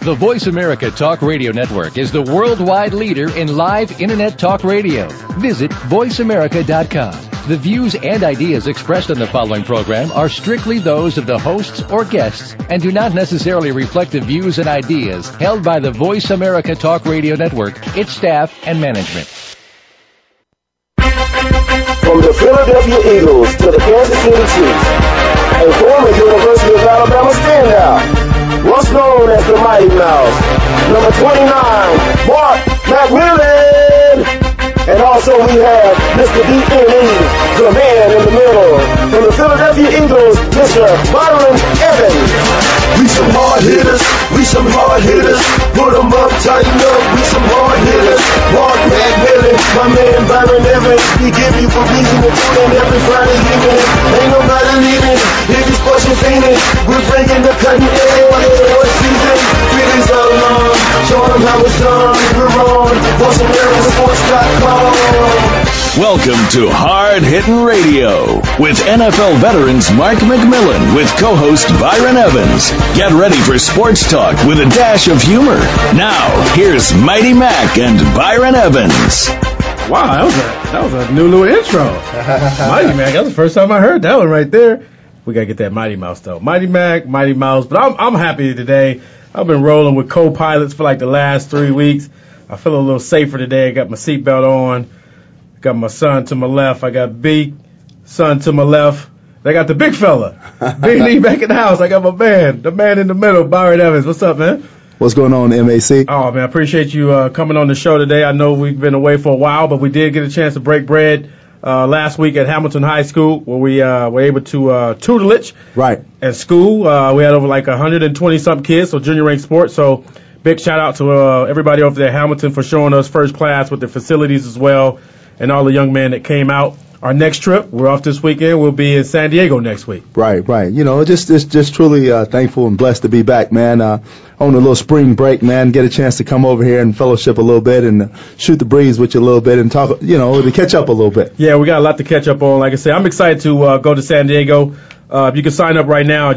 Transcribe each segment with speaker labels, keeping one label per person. Speaker 1: The Voice America Talk Radio Network is the worldwide leader in live internet talk radio. Visit voiceamerica.com. The views and ideas expressed on the following program are strictly those of the hosts or guests and do not necessarily reflect the views and ideas held by the Voice America Talk Radio Network, its staff, and management.
Speaker 2: From the Philadelphia Eagles to the Kansas City Chiefs, a former University of Alabama standout, once known as the Mighty Mouse, number 29, Mark McMillan. And also we have Mr. DNE, E, the man in the middle. From the Philadelphia Eagles, Mr. Byron Evans.
Speaker 3: We some hard hitters, we some hard hitters. Put 'em up, tighten up, we some hard hitters. Mark Macmillan, my man Byron Evans. We give you a reason to tune in every Friday evening. Ain't nobody leaving, if you sports and fiending. We're bringing the cutting edge for a season. Feelings are long, show 'em how it's done. We're on, VoiceAmericaSports.com.
Speaker 4: Welcome to Hard Hitting Radio with NFL veterans Mark McMillan with co-host Byron Evans. Get ready for sports talk with a dash of humor. Now, here's Mighty Mac and Byron Evans.
Speaker 5: Wow, that was a, that was a new little intro. Mighty Mac, that was the first time I heard that one right there. We gotta get that Mighty Mouse though. Mighty Mac, Mighty Mouse. But I'm I'm happy today. I've been rolling with co-pilots for like the last three weeks. I feel a little safer today. I got my seatbelt on. Got my son to my left. I got Beak, son to my left. They got the big fella, Big Lee back in the house. I got my man, the man in the middle, Byron Evans. What's up, man?
Speaker 6: What's going on, MAC?
Speaker 5: Oh man, I appreciate you uh, coming on the show today. I know we've been away for a while, but we did get a chance to break bread uh, last week at Hamilton High School, where we uh, were able to uh, tutelage
Speaker 6: Right.
Speaker 5: at school. Uh, we had over like 120 something kids, so junior rank sports. So big shout out to uh, everybody over there at Hamilton for showing us first class with the facilities as well, and all the young men that came out. Our next trip, we're off this weekend. We'll be in San Diego next week.
Speaker 6: Right, right. You know, just just just truly uh, thankful and blessed to be back, man. Uh, on a little spring break, man, get a chance to come over here and fellowship a little bit and uh, shoot the breeze with you a little bit and talk, you know, to catch up a little bit.
Speaker 5: Yeah, we got a lot to catch up on. Like I said, I'm excited to uh, go to San Diego. Uh, you can sign up right now at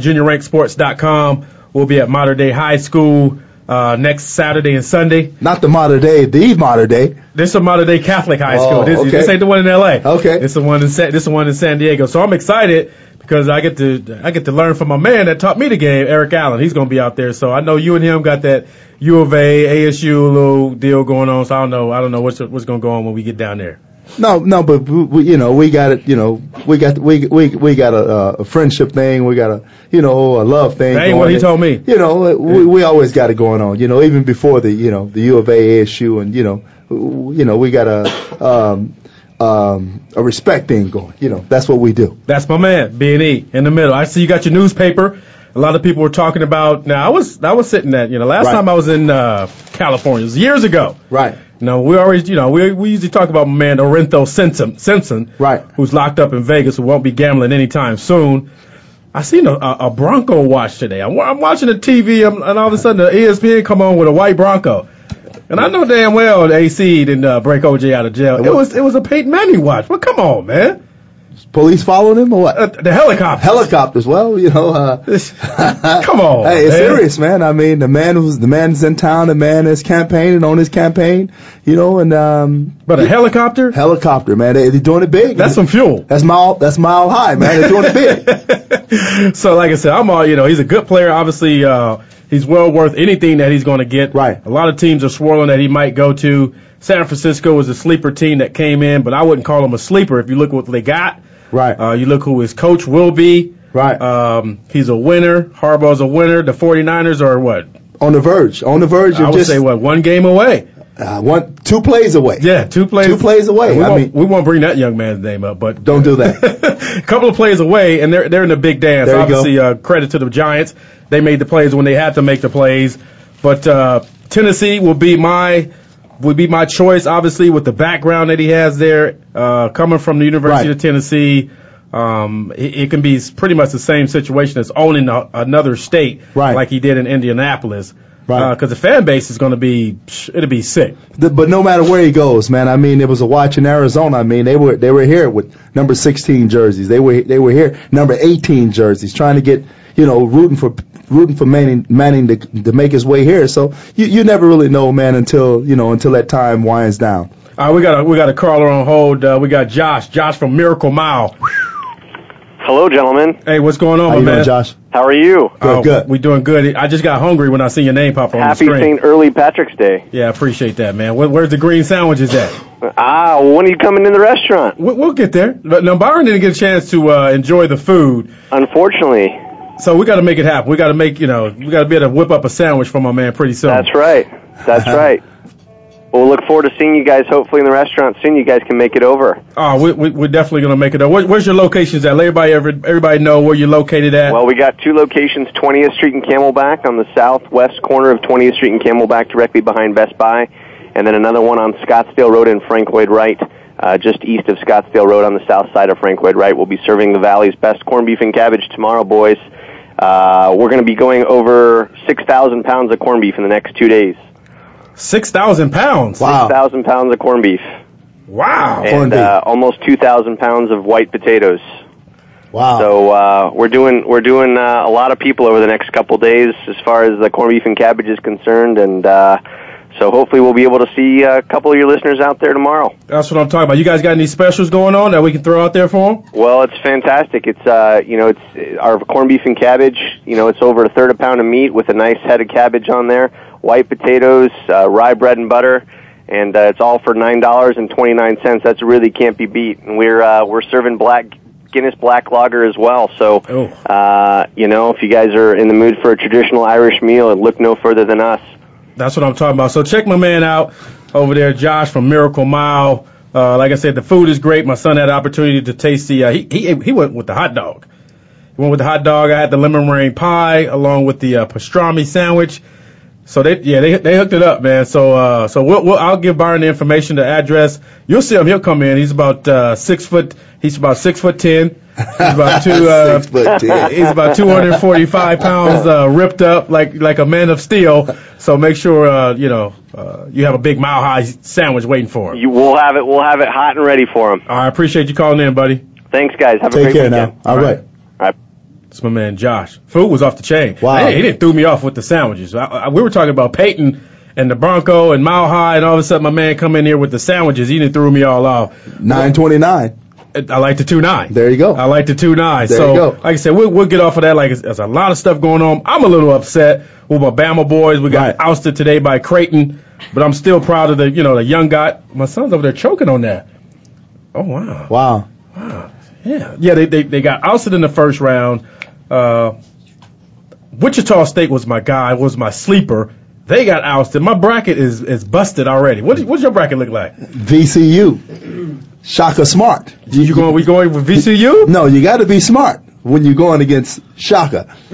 Speaker 5: juniorranksports.com. We'll be at Modern Day High School uh, next Saturday and Sunday.
Speaker 6: Not the modern day, the modern day.
Speaker 5: This is a Modern Day Catholic High School.
Speaker 6: Oh,
Speaker 5: This,
Speaker 6: okay.
Speaker 5: this ain't the one in L.A.
Speaker 6: Okay.
Speaker 5: This is the one in San, this is the one in San Diego. So I'm excited because I get to I get to learn from my man that taught me the game, Eric Allen. He's going to be out there. So I know you and him got that U of A, ASU little deal going on. So I don't know I don't know what's what's going to go on when we get down there.
Speaker 6: No, no, but we, we- you know, we got it. You know, we got we we we got a, uh, a friendship thing. We got a you know a love thing.
Speaker 5: That ain't what
Speaker 6: going.
Speaker 5: he told me.
Speaker 6: You know, we we always got it going on. You know, even before the you know the U of A, ASU, and you know, w- you know, we got a um um a respect thing going. You know, that's what we do.
Speaker 5: That's my man, B and E in the middle. I see you got your newspaper. A lot of people were talking about. Now I was I was sitting at you know last
Speaker 6: Right.
Speaker 5: time I was in uh, California it was years ago.
Speaker 6: Right.
Speaker 5: You know we always you know we we usually talk about my man Orento Simpson Simpson.
Speaker 6: Right.
Speaker 5: Who's locked up in Vegas who won't be gambling anytime soon. I seen a, a, a Bronco watch today. I'm, wa- I'm watching the TV I'm, and all of a sudden the E ESPN come on with a white Bronco. And I know damn well the AC didn't uh, break OJ out of jail. It
Speaker 6: what-
Speaker 5: was it was a Peyton Manning watch. Well, come on, man.
Speaker 6: Police following him or what?
Speaker 5: Uh, the helicopter.
Speaker 6: Helicopters. Well, you know. uh
Speaker 5: Come on.
Speaker 6: Hey, it's
Speaker 5: Oh, man.
Speaker 6: serious, man. I mean, the man who's the man's in town. The man is campaigning on his campaign. You know, and um,
Speaker 5: But a helicopter?
Speaker 6: helicopter, man. They, they're doing it big.
Speaker 5: That's some fuel.
Speaker 6: That's mile. That's mile high, man. They're doing it big.
Speaker 5: So, like I said, I'm all, you know, he's a good player. Obviously, uh, he's well worth anything that he's going to get.
Speaker 6: Right.
Speaker 5: A lot of teams are swirling that he might go to. San Francisco was a sleeper team that came in, but I wouldn't call him a sleeper if you look what they got.
Speaker 6: Right.
Speaker 5: Uh, you look who his coach will be.
Speaker 6: Right.
Speaker 5: Um, he's a winner. Harbaugh's a winner. The 49ers are what?
Speaker 6: on the verge. On the verge
Speaker 5: I
Speaker 6: of
Speaker 5: would
Speaker 6: just
Speaker 5: say, what, one game away?
Speaker 6: uh, one, two plays away.
Speaker 5: Yeah, two plays.
Speaker 6: Two plays away.
Speaker 5: We,
Speaker 6: I
Speaker 5: won't,
Speaker 6: mean-
Speaker 5: we won't bring that young man's name up, but
Speaker 6: Don't do that.
Speaker 5: a couple of plays away, and they're they're in the big dance.
Speaker 6: There you go.
Speaker 5: Obviously, uh, credit to the Giants. They made the plays when they had to make the plays. But uh, Tennessee will be my would be my choice. Obviously, with the background that he has there, uh, coming from the University
Speaker 6: Right.
Speaker 5: of Tennessee, um, it, it can be s- pretty much the same situation as owning a, another state,
Speaker 6: Right.
Speaker 5: like he did in Indianapolis.
Speaker 6: Right.
Speaker 5: Because the fan base is going to be, it'll be sick.
Speaker 6: The- but no matter where he goes, man, I mean, it was a watch in Arizona. I mean, they were they were here with number 16 jerseys. They were they were here number 18 jerseys, trying to get you know rooting for rooting for Manning Manning to, to make his way here. So you you never really know, man, until you know until that time winds down.
Speaker 5: All right, we got a we got a caller on hold. Uh, we got Josh, Josh from Miracle Mile.
Speaker 7: Hello, gentlemen.
Speaker 5: Hey, what's going on,
Speaker 6: How
Speaker 5: my
Speaker 6: you
Speaker 5: man?
Speaker 6: doing, Josh?
Speaker 7: How are you?
Speaker 5: Oh,
Speaker 6: good.
Speaker 5: We doing good. I just got hungry when I seen your name pop on the
Speaker 7: Happy
Speaker 5: screen.
Speaker 7: St. Early Patrick's Day.
Speaker 5: Yeah, I appreciate that, man. Where, where's the green sandwiches at?
Speaker 7: Ah, when are you coming in the restaurant?
Speaker 5: We, we'll get there. But now Byron didn't get a chance to uh, enjoy the food,
Speaker 7: Unfortunately,
Speaker 5: so we got to make it happen. We got to make you know we got to be able to whip up a sandwich for my man pretty soon.
Speaker 7: that's right. That's right. We'll look forward to seeing you guys hopefully in the restaurant soon. You guys can make it over.
Speaker 5: Oh, we, we, we're definitely gonna make it. Up. Where, where's your locations at? Let everybody every, everybody know where you're located at.
Speaker 7: Well, we got two locations 20th Street and Camelback on the southwest corner of 20th Street and Camelback, directly behind Best Buy, and then another one on Scottsdale Road and Frank Lloyd Wright, uh, just east of Scottsdale Road on the south side of Frank Lloyd Wright. We'll be serving the Valley's best corned beef and cabbage tomorrow, boys. Uh, we're going to be going over 6,000 pounds of corned beef in the next two days.
Speaker 5: Six thousand pounds.
Speaker 6: Wow,
Speaker 7: 6,000 pounds of corned beef.
Speaker 5: Wow.
Speaker 6: Corned
Speaker 7: And
Speaker 6: beef.
Speaker 7: uh, almost 2,000 pounds of white potatoes.
Speaker 6: wow.
Speaker 7: So uh, we're doing we're doing uh, a lot of people over the next couple days as far as the corned beef and cabbage is concerned, and uh, so hopefully we'll be able to see uh, a couple of your listeners out there tomorrow.
Speaker 5: That's what I'm talking about. You guys got any specials going on that we can throw out there for them?
Speaker 7: Well, it's fantastic. It's uh, you know it's our corned beef and cabbage. You know it's over a third a pound of meat with a nice head of cabbage on there, white potatoes, uh, rye bread and butter. And uh, it's all for nine dollars and twenty nine cents. That's really can't be beat. And we're uh, we're serving black Guinness Black Lager as well. So
Speaker 5: Oh.
Speaker 7: Uh, you know, if you guys are in the mood for a traditional Irish meal, look no further than us.
Speaker 5: That's what I'm talking about. So check my man out over there, Josh from Miracle Mile. Uh, like I said, the food is great. My son had the opportunity to taste the. Uh, he, he he went with the hot dog. He went with the hot dog. I had the lemon meringue pie along with the uh, pastrami sandwich. So they yeah they they hooked it up, man. So uh so we'll, we'll I'll give Byron the information, the address. You'll see him. He'll come in. He's about uh, six foot. He's about six foot ten. He's about two. Uh,
Speaker 6: Six foot ten.
Speaker 5: He's about 245 pounds, uh, ripped up like like a man of steel. So make sure uh, you know uh, you have a big mile high sandwich waiting for him.
Speaker 7: You, we'll have it. We'll have it hot and ready for them.
Speaker 5: I appreciate you calling in, buddy.
Speaker 7: Thanks, guys. Have a
Speaker 6: Take
Speaker 7: great
Speaker 6: care
Speaker 7: weekend.
Speaker 6: now. All right.
Speaker 7: All right.
Speaker 5: It's my man Josh. Food was off the chain.
Speaker 6: Wow.
Speaker 5: Hey, he didn't threw me off with the sandwiches. I, I, we were talking about Peyton and the Bronco and Mile High, and all of a sudden my man come in here with the sandwiches. He didn't threw me all off.
Speaker 6: 929.
Speaker 5: I like the two nine.
Speaker 6: There you go.
Speaker 5: I like the two nine.
Speaker 6: There
Speaker 5: so,
Speaker 6: you go.
Speaker 5: like I said, we'll, we'll get off of that. Like, it's- there's a lot of stuff going on. I'm a little upset with my Bama boys. We got
Speaker 6: Right.
Speaker 5: ousted today by Creighton, but I'm still proud of the you know the young guy. My son's over there choking on that. Oh wow.
Speaker 6: Wow.
Speaker 5: Yeah. Yeah. They they, they got ousted in the first round. Uh, Wichita State was my guy. Was my sleeper. They got ousted. My bracket is is busted already. What what's your bracket look like?
Speaker 6: VCU. Shaka Smart. You,
Speaker 5: You going? We going with VCU?
Speaker 6: No, you got to be smart when you're going against Shaka.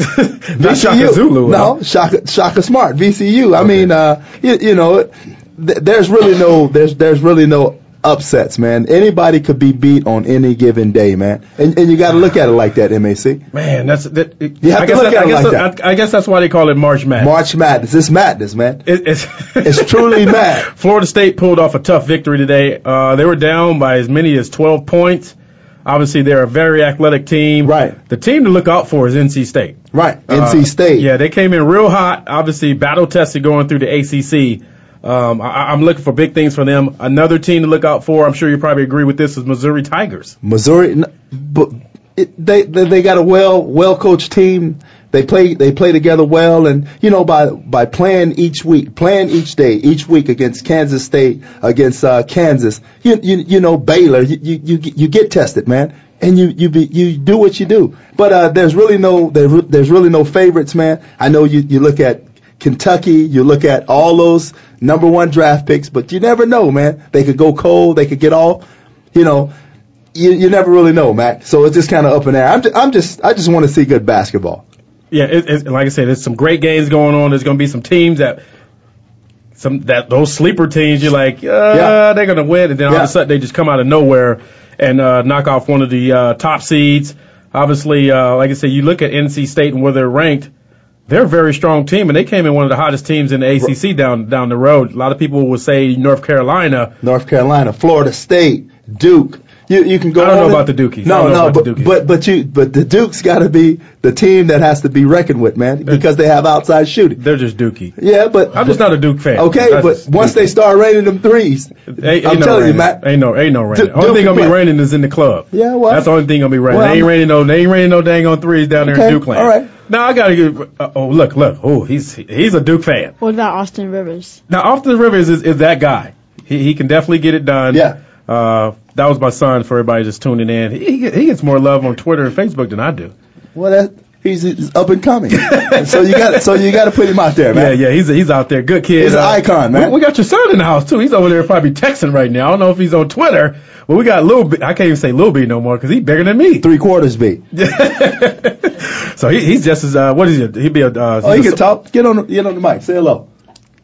Speaker 5: Not Shaka Zulu.
Speaker 6: No, Shaka, Shaka Smart. VCU. I mean, uh, you, you know, th- there's really no there's there's really no upsets, man. Anybody could be beat on any given day, man. And and you got to look at it like that, MAC.
Speaker 5: Man, that's that. It,
Speaker 6: You have
Speaker 5: I
Speaker 6: to
Speaker 5: guess
Speaker 6: look
Speaker 5: that-
Speaker 6: at
Speaker 5: I
Speaker 6: it
Speaker 5: guess
Speaker 6: like
Speaker 5: that- I, I guess that's why they call it March Madness.
Speaker 6: March Madness. It's madness, man.
Speaker 5: It- it's,
Speaker 6: It's truly mad.
Speaker 5: Florida State pulled off a tough victory today. Uh, they were down by as many as 12 points. Obviously, they're a very athletic team.
Speaker 6: Right.
Speaker 5: The team to look out for is NC State.
Speaker 6: Right.
Speaker 5: Uh,
Speaker 6: NC State.
Speaker 5: Yeah, they came in real hot. Obviously, battle tested going through the ACC. Um, I, I'm looking for big things for them. Another team to look out for. I'm sure you probably agree with this is Missouri Tigers.
Speaker 6: Missouri, n- but it, they, they they got a well well coached team. They play they play together well, and you know by by playing each week, playing each day, each week against Kansas State, against uh, Kansas, you you you know Baylor, you you you, get- you get tested, man, and you you be, you do what you do. But uh, there's really no there, there's really no favorites, man. I know you you look at Kentucky, you look at all those number one draft picks, but you never know, man. They could go cold, they could get off, you know you, you never really know, Mac. So it's just kind of up in the air. I'm just, I'm just I just want to see good basketball.
Speaker 5: yeah, it, it, like I said, there's some great games going on. There's going to be some teams that some that those sleeper teams you're like, uh,
Speaker 6: Yeah.
Speaker 5: they're going to win, and then all of
Speaker 6: Yeah.
Speaker 5: a sudden they just come out of nowhere and uh, knock off one of the uh, top seeds. Obviously, uh, like I said, you look at NC State and where they're ranked. they're a very strong team, and they came in one of the hottest teams in the ACC down down the road. A lot of people would say North Carolina.
Speaker 6: North Carolina, Florida State, Duke. You you can go.
Speaker 5: I don't
Speaker 6: on
Speaker 5: know
Speaker 6: and-
Speaker 5: about the Dukies. I
Speaker 6: No,
Speaker 5: don't know
Speaker 6: no,
Speaker 5: about
Speaker 6: but,
Speaker 5: the Dukies.
Speaker 6: but but you but the Duke's got to be the team that has to be reckoned with, man, because they have outside shooting.
Speaker 5: They're just Dookie.
Speaker 6: Yeah, but
Speaker 5: I'm just not a Duke fan.
Speaker 6: okay.
Speaker 5: That's
Speaker 6: But
Speaker 5: just
Speaker 6: once
Speaker 5: Duke.
Speaker 6: they start raining them threes,
Speaker 5: Ain't, ain't
Speaker 6: I'm
Speaker 5: no
Speaker 6: telling
Speaker 5: raining.
Speaker 6: you, Matt.
Speaker 5: Ain't no, ain't no raining.
Speaker 6: Duke-
Speaker 5: only thing
Speaker 6: Duke
Speaker 5: gonna be
Speaker 6: play.
Speaker 5: raining is in the club.
Speaker 6: Yeah, well-
Speaker 5: that's the only thing gonna be raining.
Speaker 6: Well,
Speaker 5: they ain't
Speaker 6: I'm-
Speaker 5: raining no, they ain't raining no dang on threes down there
Speaker 6: Okay,
Speaker 5: in Duke land.
Speaker 6: all right.
Speaker 5: Now I gotta give. uh, Oh look, look. Oh, he's he's a Duke fan.
Speaker 8: What about Austin Rivers?
Speaker 5: Now Austin Rivers is, is that guy. He he can definitely get it done.
Speaker 6: Yeah.
Speaker 5: Uh, that was my son for everybody just tuning in. He he gets more love on Twitter and Facebook than I do.
Speaker 6: well, that he's, he's up and coming. so you got so you got to put him out there,
Speaker 5: Yeah,
Speaker 6: man.
Speaker 5: yeah, he's he's out there, good kid. Uh,
Speaker 6: He's an icon, man.
Speaker 5: We, we got your son in the house too. He's over there probably texting right now. I don't know if he's on Twitter, but we got Lil. B, I can't even say Lil B no more because he's bigger than me.
Speaker 6: Three quarters beat.
Speaker 5: So he, he's just as uh, what is it? He'd be a. Uh,
Speaker 6: Oh, you
Speaker 5: he's a-
Speaker 6: can talk. Get on the- get on the mic. Say hello.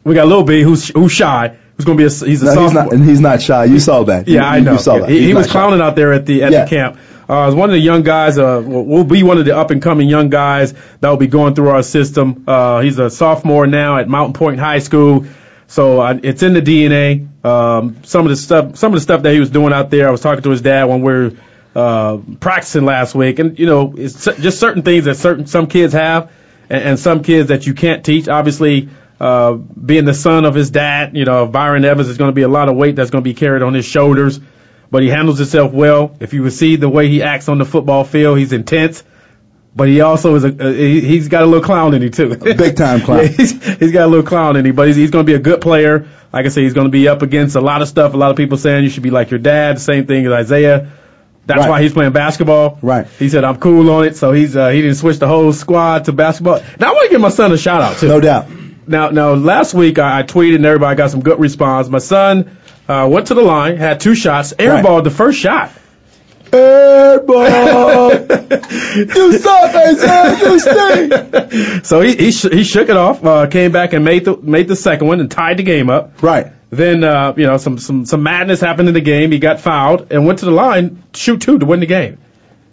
Speaker 5: We got Lil B, who's who's shy, who's gonna be a. s- He's a
Speaker 6: No, he's
Speaker 5: sophomore.
Speaker 6: not, and he's not shy. You saw that.
Speaker 5: yeah,
Speaker 6: You-
Speaker 5: I
Speaker 6: you-
Speaker 5: know.
Speaker 6: You saw that.
Speaker 5: He, he
Speaker 6: He's
Speaker 5: was
Speaker 6: not shy.
Speaker 5: clowning out there at the at
Speaker 6: Yeah.
Speaker 5: the camp. Uh, as one of the young guys, uh, will will be one of the up and coming young guys that will be going through our system. Uh, he's a sophomore now at Mountain Point High School, so uh, it's in the DNA. Um, some of the stuff, some of the stuff that he was doing out there, I was talking to his dad when we were uh, practicing last week, and you know, it's cer- just certain things that certain some kids have, and, and some kids that you can't teach. Obviously, uh, being the son of his dad, you know, Byron Evans is going to be a lot of weight that's going to be carried on his shoulders but he handles himself well. If you would see the way he acts on the football field, he's intense. But he also is a uh, he, he's got a little clown in him too.
Speaker 6: Big time clown.
Speaker 5: Yeah, he's, he's got a little clown in him, but he's, he's going to be a good player. Like I say, he's going to be up against a lot of stuff. A lot of people saying you should be like your dad. Same thing as Isaiah. That's
Speaker 6: Right.
Speaker 5: why he's playing basketball.
Speaker 6: Right.
Speaker 5: He said I'm cool on it, so he's uh, he didn't switch the whole squad to basketball. Now I want to give my son a shout out too.
Speaker 6: No doubt.
Speaker 5: Now, now, last week I, I tweeted and everybody got some good response. My son uh, went to the line, had two shots, airballed the first shot.
Speaker 6: Airball. you suck, man. son. You stink.
Speaker 5: So he he, sh- he shook it off, uh, came back and made the made the second one and tied the game up.
Speaker 6: Right.
Speaker 5: Then uh, you know some some some madness happened in the game. He got fouled and went to the line, to shoot two to win the game.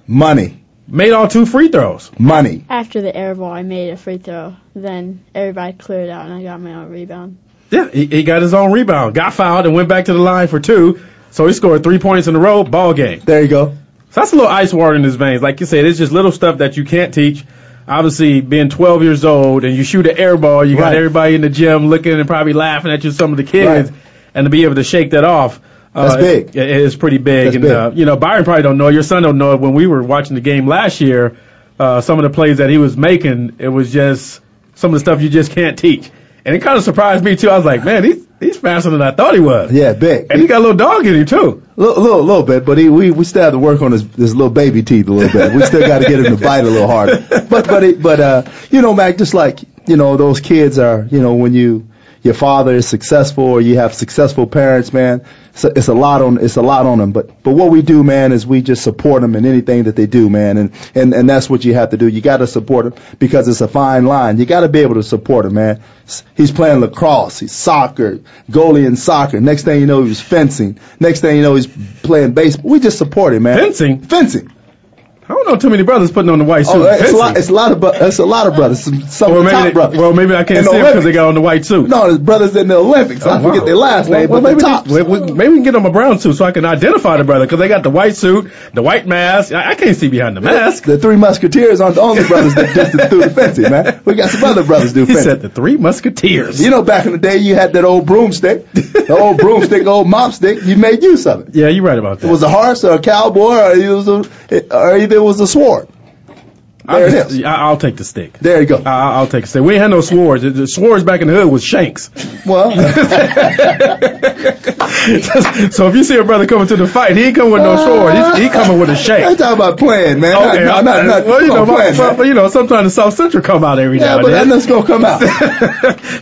Speaker 6: Money.
Speaker 5: Made all two free throws.
Speaker 6: Money.
Speaker 8: After the air ball, I made a free throw. Then everybody cleared out, and I got my own rebound.
Speaker 5: Yeah, he, he got his own rebound, got fouled and went back to the line for two. So he scored three points in a row, ball game.
Speaker 6: There you go.
Speaker 5: So that's a little ice water in his veins. Like you said, it's just little stuff that you can't teach. Obviously, being 12 years old and you shoot an air ball, you got
Speaker 6: Right.
Speaker 5: everybody in the gym looking and probably laughing at you, some of the kids,
Speaker 6: Right.
Speaker 5: and to be able to shake that off. uh,
Speaker 6: That's big.
Speaker 5: It, it is pretty big.
Speaker 6: That's
Speaker 5: and,
Speaker 6: big.
Speaker 5: Uh, you know, Byron probably don't know. Your son don't know it. When we were watching the game last year, uh, some of the plays that he was making, it was just some of the stuff you just can't teach. And it kind of surprised me, too. I was like, man, he's, he's faster than I thought he was.
Speaker 6: Yeah, big.
Speaker 5: And he got a little dog in him, too.
Speaker 6: little, little, little bit, but he, we we still have to work on his his little baby teeth a little bit. We still got to get him to bite a little harder. But but it, but uh, you know, Mac, just like you know, those kids are you know when you your father is successful or you have successful parents, man, it's a, it's a lot on it's a lot on them. But but what we do, man, is we just support them in anything that they do, man, and and and that's what you have to do. You got to support them because it's a fine line. You got to be able to support him, man. S- He's playing lacrosse, he's soccer, goalie in soccer. Next thing you know, he was fencing. Next thing you know, he's playing baseball. We just support him, man.
Speaker 5: Fencing?
Speaker 6: fencing.
Speaker 5: I don't know too many brothers putting on the white suit.
Speaker 6: Oh, it's a
Speaker 5: Fancy.
Speaker 6: lot. It's a lot of. bro- It's a lot of brothers. Some, some
Speaker 5: Or
Speaker 6: of the
Speaker 5: maybe,
Speaker 6: top
Speaker 5: they,
Speaker 6: brothers.
Speaker 5: well, maybe I can't
Speaker 6: And
Speaker 5: say
Speaker 6: the
Speaker 5: because
Speaker 6: women.
Speaker 5: they got on the white suit.
Speaker 6: No, his brothers in the Olympics. I
Speaker 5: Oh, wow.
Speaker 6: forget their last name,
Speaker 5: Well,
Speaker 6: but
Speaker 5: maybe,
Speaker 6: the
Speaker 5: just-
Speaker 6: tops.
Speaker 5: we- we- maybe we can get them a brown suit so I can identify the brother because they got the white suit, the white mask. I, I can't see behind the mask.
Speaker 6: The Three Musketeers aren't the only brothers that just do the fencing, man. We got some other brothers do
Speaker 5: He
Speaker 6: fencing.
Speaker 5: said the three musketeers.
Speaker 6: You know, back in the day, you had that old broomstick, the old broomstick, the old mop stick. You made use of it.
Speaker 5: yeah, you're right about that.
Speaker 6: It was a horse or a cowboy, or it was a, or either it was a sword. There
Speaker 5: I'll,
Speaker 6: it
Speaker 5: just-
Speaker 6: is.
Speaker 5: I, will take the stick.
Speaker 6: There you go.
Speaker 5: I, I'll I'll take the stick. We ain't had no swords. The- The swords back in the hood was shanks.
Speaker 6: Well,
Speaker 5: so if you see a brother coming to the fight, he ain't coming with no sword. He, he coming with a
Speaker 6: I ain't
Speaker 5: shank.
Speaker 6: talking about playing, man. Not-
Speaker 5: Okay,
Speaker 6: not,
Speaker 5: I-
Speaker 6: not, not,
Speaker 5: well, you
Speaker 6: come
Speaker 5: know,
Speaker 6: on,
Speaker 5: my,
Speaker 6: playing,
Speaker 5: my-
Speaker 6: man.
Speaker 5: you know, sometimes the South Central come out every
Speaker 6: Yeah,
Speaker 5: now
Speaker 6: but
Speaker 5: and then.
Speaker 6: that nothing's gonna come out.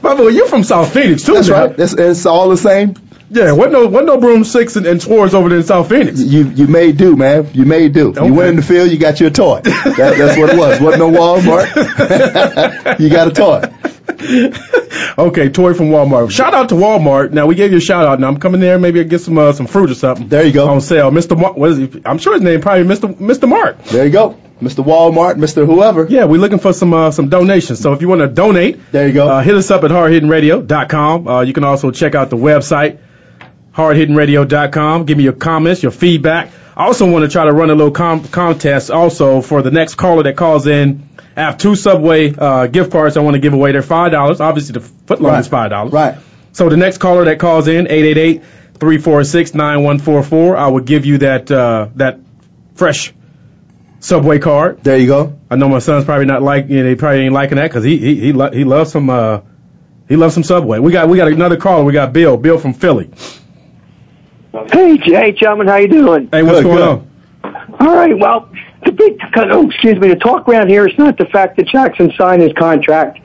Speaker 5: My boy, you're from South Phoenix too,
Speaker 6: That's
Speaker 5: man.
Speaker 6: right. It's, it's all the same.
Speaker 5: Yeah, what no, what no broomsticks and, and swords over there in South Phoenix.
Speaker 6: You you may do, man. You may do.
Speaker 5: Okay.
Speaker 6: You went in the field, you got your toy. That, that's what it was. Wasn't no Walmart. you got a toy.
Speaker 5: Okay, toy from Walmart. Shout out to Walmart. Now we gave you a shout out. Now I'm coming there. Maybe I get some uh, some fruit or something
Speaker 6: There you go.
Speaker 5: on sale. Mr. Mark, what is he? I'm sure his name probably Mr. Mr. Mark.
Speaker 6: There you go. Mr. Walmart, Mr. Whoever.
Speaker 5: Yeah, we're looking for some uh, some donations. So if you want to donate,
Speaker 6: there you go.
Speaker 5: Uh, hit us up at hardhiddenradio.com. Uh, you can also check out the website hardhiddenradio.com. Give me your comments, your feedback. I also want to try to run a little com- contest also for the next caller that calls in. I have two Subway uh, gift cards I want to give away. They're five dollars. Obviously, the foot long
Speaker 6: Right.
Speaker 5: is five dollars.
Speaker 6: Right.
Speaker 5: So the next caller that calls in, 888-346-9144, I will give you that uh, that fresh Subway card.
Speaker 6: There you go.
Speaker 5: I know my son's probably not like, you know, he probably ain't liking that because he he he, lo- he loves some uh, he loves some Subway. We got we got another caller. We got Bill. Bill from Philly.
Speaker 9: Hey, J- hey, gentlemen, how you doing?
Speaker 5: Hey, what's
Speaker 6: Good,
Speaker 5: going
Speaker 6: good.
Speaker 5: on?
Speaker 9: All right, well, the big, oh, excuse me, the talk around here is not the fact that Jackson signed his contract.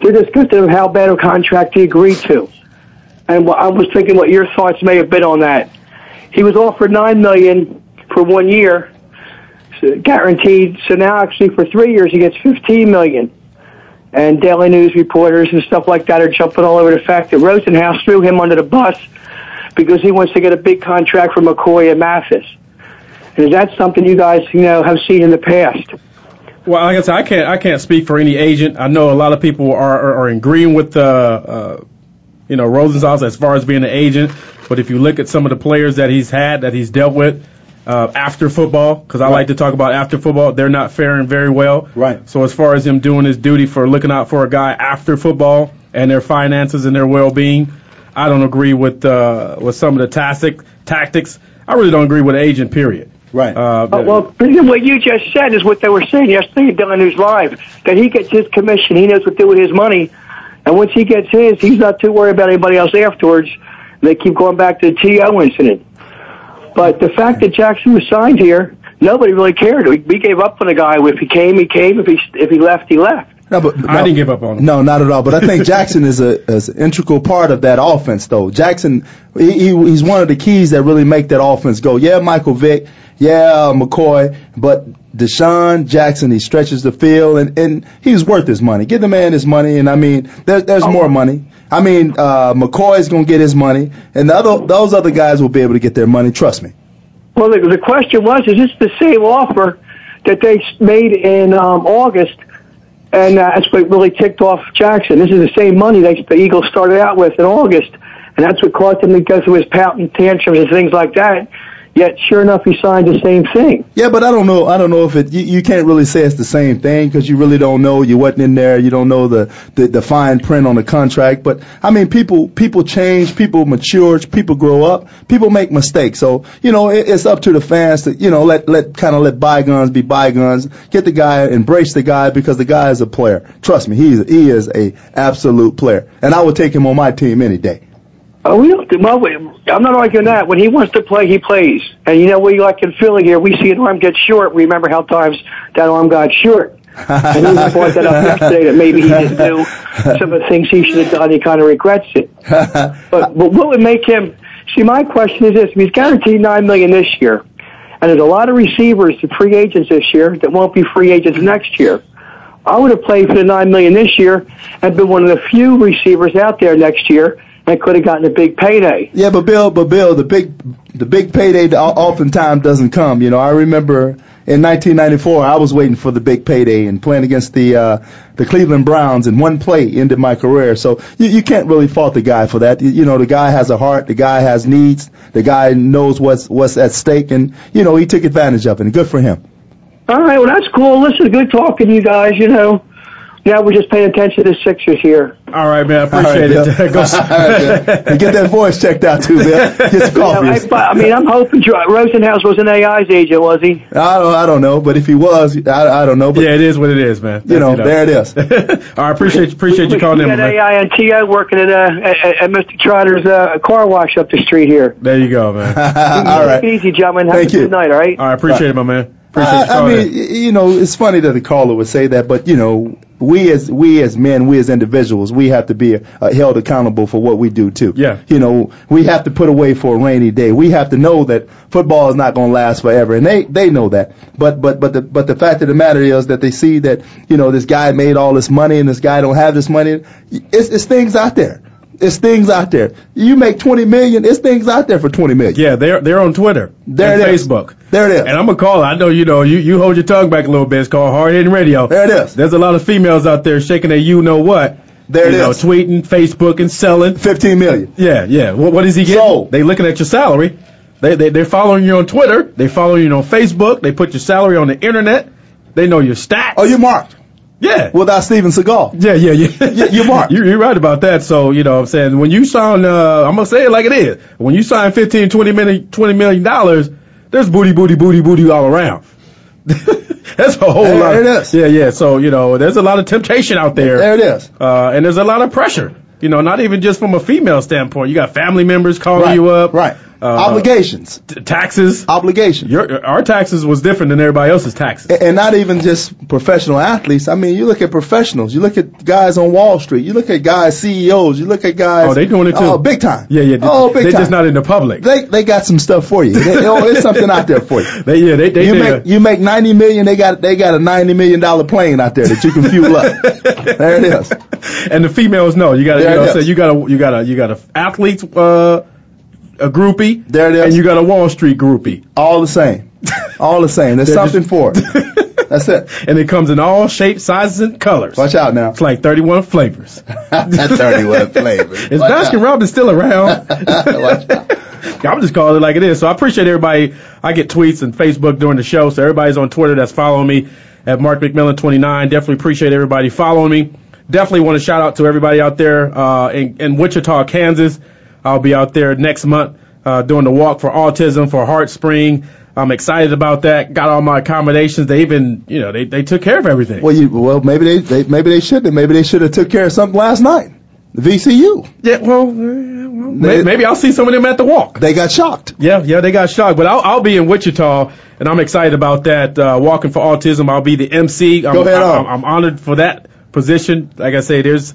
Speaker 9: They're discussing how bad a contract he agreed to, and wh- I was thinking what your thoughts may have been on that. He was offered nine million for one year, so guaranteed. So now, actually, for three years, he gets fifteen million. And daily news reporters and stuff like that are jumping all over the fact that Rosenhaus threw him under the bus because he wants to get a big contract from McCoy and Mathis. Is that something you guys, you know, have seen in the past?
Speaker 5: Well, like I said, I can't I can't speak for any agent. I know a lot of people are are, are agreeing with uh, uh, you know Rosenstock as far as being an agent, but if you look at some of the players that he's had that he's dealt with uh, after football, because I like to talk about after football, they're not faring very well.
Speaker 6: Right.
Speaker 5: So as far as him doing his duty for looking out for a guy after football and their finances and their well-being, I don't agree with uh, with some of the tactic, tactics. I really don't agree with the agent. Period.
Speaker 6: Right. Oh,
Speaker 5: Uh,
Speaker 9: Uh, well, President, what you just said is what they were saying yesterday at Don News Live, that he gets his commission, he knows what to do with his money, and once he gets his, he's not too worried about anybody else afterwards. They keep going back to the T.O. incident. But the fact that Jackson was signed here, nobody really cared. We, we gave up on the guy. If he came, he came. If he, if he left, he left.
Speaker 6: No, but,
Speaker 5: I
Speaker 6: no.
Speaker 5: didn't give up on him.
Speaker 6: No, not at all. But I think Jackson is a is an integral part of that offense, though. Jackson, he, he, he's one of the keys that really make that offense go. Yeah, Michael Vick. Yeah, uh, McCoy. But Deshaun Jackson, he stretches the field, and, and he's worth his money. Give the man his money, and I mean, there,
Speaker 5: Oh.
Speaker 6: there's more money. I mean, uh, McCoy's gonna get his money, and the other those other guys will be able to get their money. Trust me.
Speaker 9: Well, the, the question was, is this the same offer that they s- made in um, August? And uh, that's what really ticked off Jackson. This is the same money that the Eagles started out with in August, and that's what caused him to go through his pout and tantrums and things like that. Yet, sure enough, he signed the same thing.
Speaker 6: Yeah, but I don't know. I don't know if it. You, you can't really say it's the same thing because you really don't know. You wasn't in there. You don't know the, the the fine print on the contract. But I mean, people people change. People mature. People grow up. People make mistakes. So you know, it, it's up to the fans to you know let let kind of let bygones be bygones. Get the guy, embrace the guy because the guy is a player. Trust me, he's he is a absolute player, and I would take him on my team any day.
Speaker 9: Oh, we don't. Well, we, I'm not arguing that. When he wants to play, he plays. And you know, we like in Philly here, we see an arm get short. We remember how times that arm got short. and he brought that up yesterday that maybe he didn't do some of the things he should have done. He kind of regrets it. But, but what would make him? See, my question is this: I mean, he's guaranteed nine million this year, and there's a lot of receivers, the free agents this year, that won't be free agents next year. I would have played for the nine million this year and been one of the few receivers out there next year and could have gotten a big payday.
Speaker 6: Yeah, but Bill, but Bill, the big, the big payday o- oftentimes doesn't come. You know, I remember in 1994, I was waiting for the big payday and playing against the uh, the Cleveland Browns, and one play ended my career. So you, you can't really fault the guy for that. You, you know, the guy has a heart, the guy has needs, the guy knows what's what's at stake, and you know he took advantage of it. And good for him.
Speaker 9: All right, well that's cool. Listen, good talking to you guys. You know, now we're just paying attention to the Sixers here.
Speaker 5: All right, man. I appreciate
Speaker 6: All right,
Speaker 5: it. Go s-
Speaker 6: And get that voice checked out too, Bill. Get some
Speaker 9: You know,
Speaker 6: coffee.
Speaker 9: I, but, I mean, I'm hoping Dr- Rosenhaus was an AI's agent, was he?
Speaker 6: I don't, I don't know, but if he was, I, I don't know. But
Speaker 5: Yeah, it is what it is, man.
Speaker 6: you know, there it is.
Speaker 5: All right, appreciate appreciate you calling
Speaker 9: we
Speaker 5: in, my man.
Speaker 9: got AI and TO working at, uh, at, at Mr. Trotter's uh, car wash up the street here.
Speaker 5: There you go, man.
Speaker 6: All right.
Speaker 9: Take it easy, gentlemen. Have
Speaker 6: Thank
Speaker 9: a good
Speaker 6: you.
Speaker 9: night. All right.
Speaker 5: All right, appreciate it, my man. Appreciate you
Speaker 6: I, I
Speaker 5: calling
Speaker 6: mean,
Speaker 5: in.
Speaker 6: y- you know, it's funny that the caller would say that, but you know, we as we as men, we as individuals, we have to be uh, held accountable for what we do too.
Speaker 5: Yeah.
Speaker 6: You know, we have to put away for a rainy day. We have to know that football is not going to last forever, and they they know that. But but but the but the fact of the matter is that they see that you know this guy made all this money and this guy don't have this money. It's it's things out there. It's things out there. You make twenty million. It's things out there for twenty million.
Speaker 5: Yeah, they're they're on Twitter.
Speaker 6: There
Speaker 5: and
Speaker 6: it is.
Speaker 5: Facebook.
Speaker 6: There it is.
Speaker 5: And I'm gonna call. it. I know you know you, you hold your tongue back a little bit. It's called hard hitting radio.
Speaker 6: There it is.
Speaker 5: There's a lot of females out there shaking their you know what.
Speaker 6: There it
Speaker 5: you know,
Speaker 6: is.
Speaker 5: tweeting, Facebook, and selling.
Speaker 6: Fifteen million.
Speaker 5: Yeah, yeah. What what is he getting?
Speaker 6: So-
Speaker 5: they looking at your salary. They they they're following you on Twitter. They follow you on Facebook. They put your salary on the internet. They know your stats.
Speaker 6: Oh, you marked
Speaker 5: yeah.
Speaker 6: without Steven Seagal.
Speaker 5: Yeah, yeah, yeah.
Speaker 6: Y- you're right.
Speaker 5: You're, you're right about that. So, you know what I'm saying? When you sign, uh, I'm going to say it like it is. When you sign 15, 20 million, 20 million dollars, there's booty, booty, booty, booty all around. That's a whole
Speaker 6: There
Speaker 5: lot.
Speaker 6: it is.
Speaker 5: Yeah, yeah. So, you know, there's a lot of temptation out there.
Speaker 6: There it is.
Speaker 5: Uh, and there's a lot of pressure. You know, not even just from a female standpoint. You got family members calling
Speaker 6: Right.
Speaker 5: you up.
Speaker 6: Right.
Speaker 5: Uh,
Speaker 6: Obligations.
Speaker 5: t- taxes.
Speaker 6: Obligations.
Speaker 5: Your, our taxes was different than everybody else's taxes.
Speaker 6: A- and not even just professional athletes. I mean, you look at professionals. You look at guys on Wall Street. You look at guys CEOs. You look at guys.
Speaker 5: Oh, they doing it too.
Speaker 6: Oh, big time.
Speaker 5: Yeah, yeah.
Speaker 6: Oh, big
Speaker 5: They're
Speaker 6: time.
Speaker 5: just not in the public.
Speaker 6: they they got some stuff for you. They, oh, it's something out there for you.
Speaker 5: They, yeah, they, they,
Speaker 6: You
Speaker 5: they-
Speaker 6: make you make ninety million. They got they got a ninety million dollar plane out there that you can fuel up. there it is.
Speaker 5: and the females know you got to you
Speaker 6: There
Speaker 5: know
Speaker 6: it
Speaker 5: what I'm saying?
Speaker 6: is.
Speaker 5: you got to you got to you got to athlete uh a groupie
Speaker 6: There it is.
Speaker 5: and you got a Wall Street groupie
Speaker 6: All the same. All the same. There's
Speaker 5: They're just-
Speaker 6: something for it. That's it.
Speaker 5: and it comes in all shapes sizes and colors
Speaker 6: Watch out now.
Speaker 5: it's like 31 flavors
Speaker 6: That's 31 flavors.
Speaker 5: is Baskin Robbins still around
Speaker 6: Watch out.
Speaker 5: I'm just calling it like it is so I appreciate everybody I get tweets and Facebook during the show so everybody's on Twitter that's following me at Mark McMillan 29 definitely appreciate everybody following me definitely want to shout out to everybody out there uh in, in Wichita Kansas I'll be out there next month uh, doing the walk for autism for Heart Spring. I'm excited about that. Got all my accommodations. They even, you know, they, they took care of everything.
Speaker 6: Well, you, well, maybe they, they maybe they should have. Maybe they should have took care of something last night. The VCU.
Speaker 5: yeah, well, uh, well may- maybe I'll see some of them at the walk.
Speaker 6: They got shocked.
Speaker 5: Yeah, yeah, they got shocked. But I'll, I'll be in Wichita, and I'm excited about that. Uh, Walking for Autism, I'll be the MC. I'm,
Speaker 6: Go ahead
Speaker 5: I'm,
Speaker 6: on.
Speaker 5: I'm honored for that position. Like I say, there's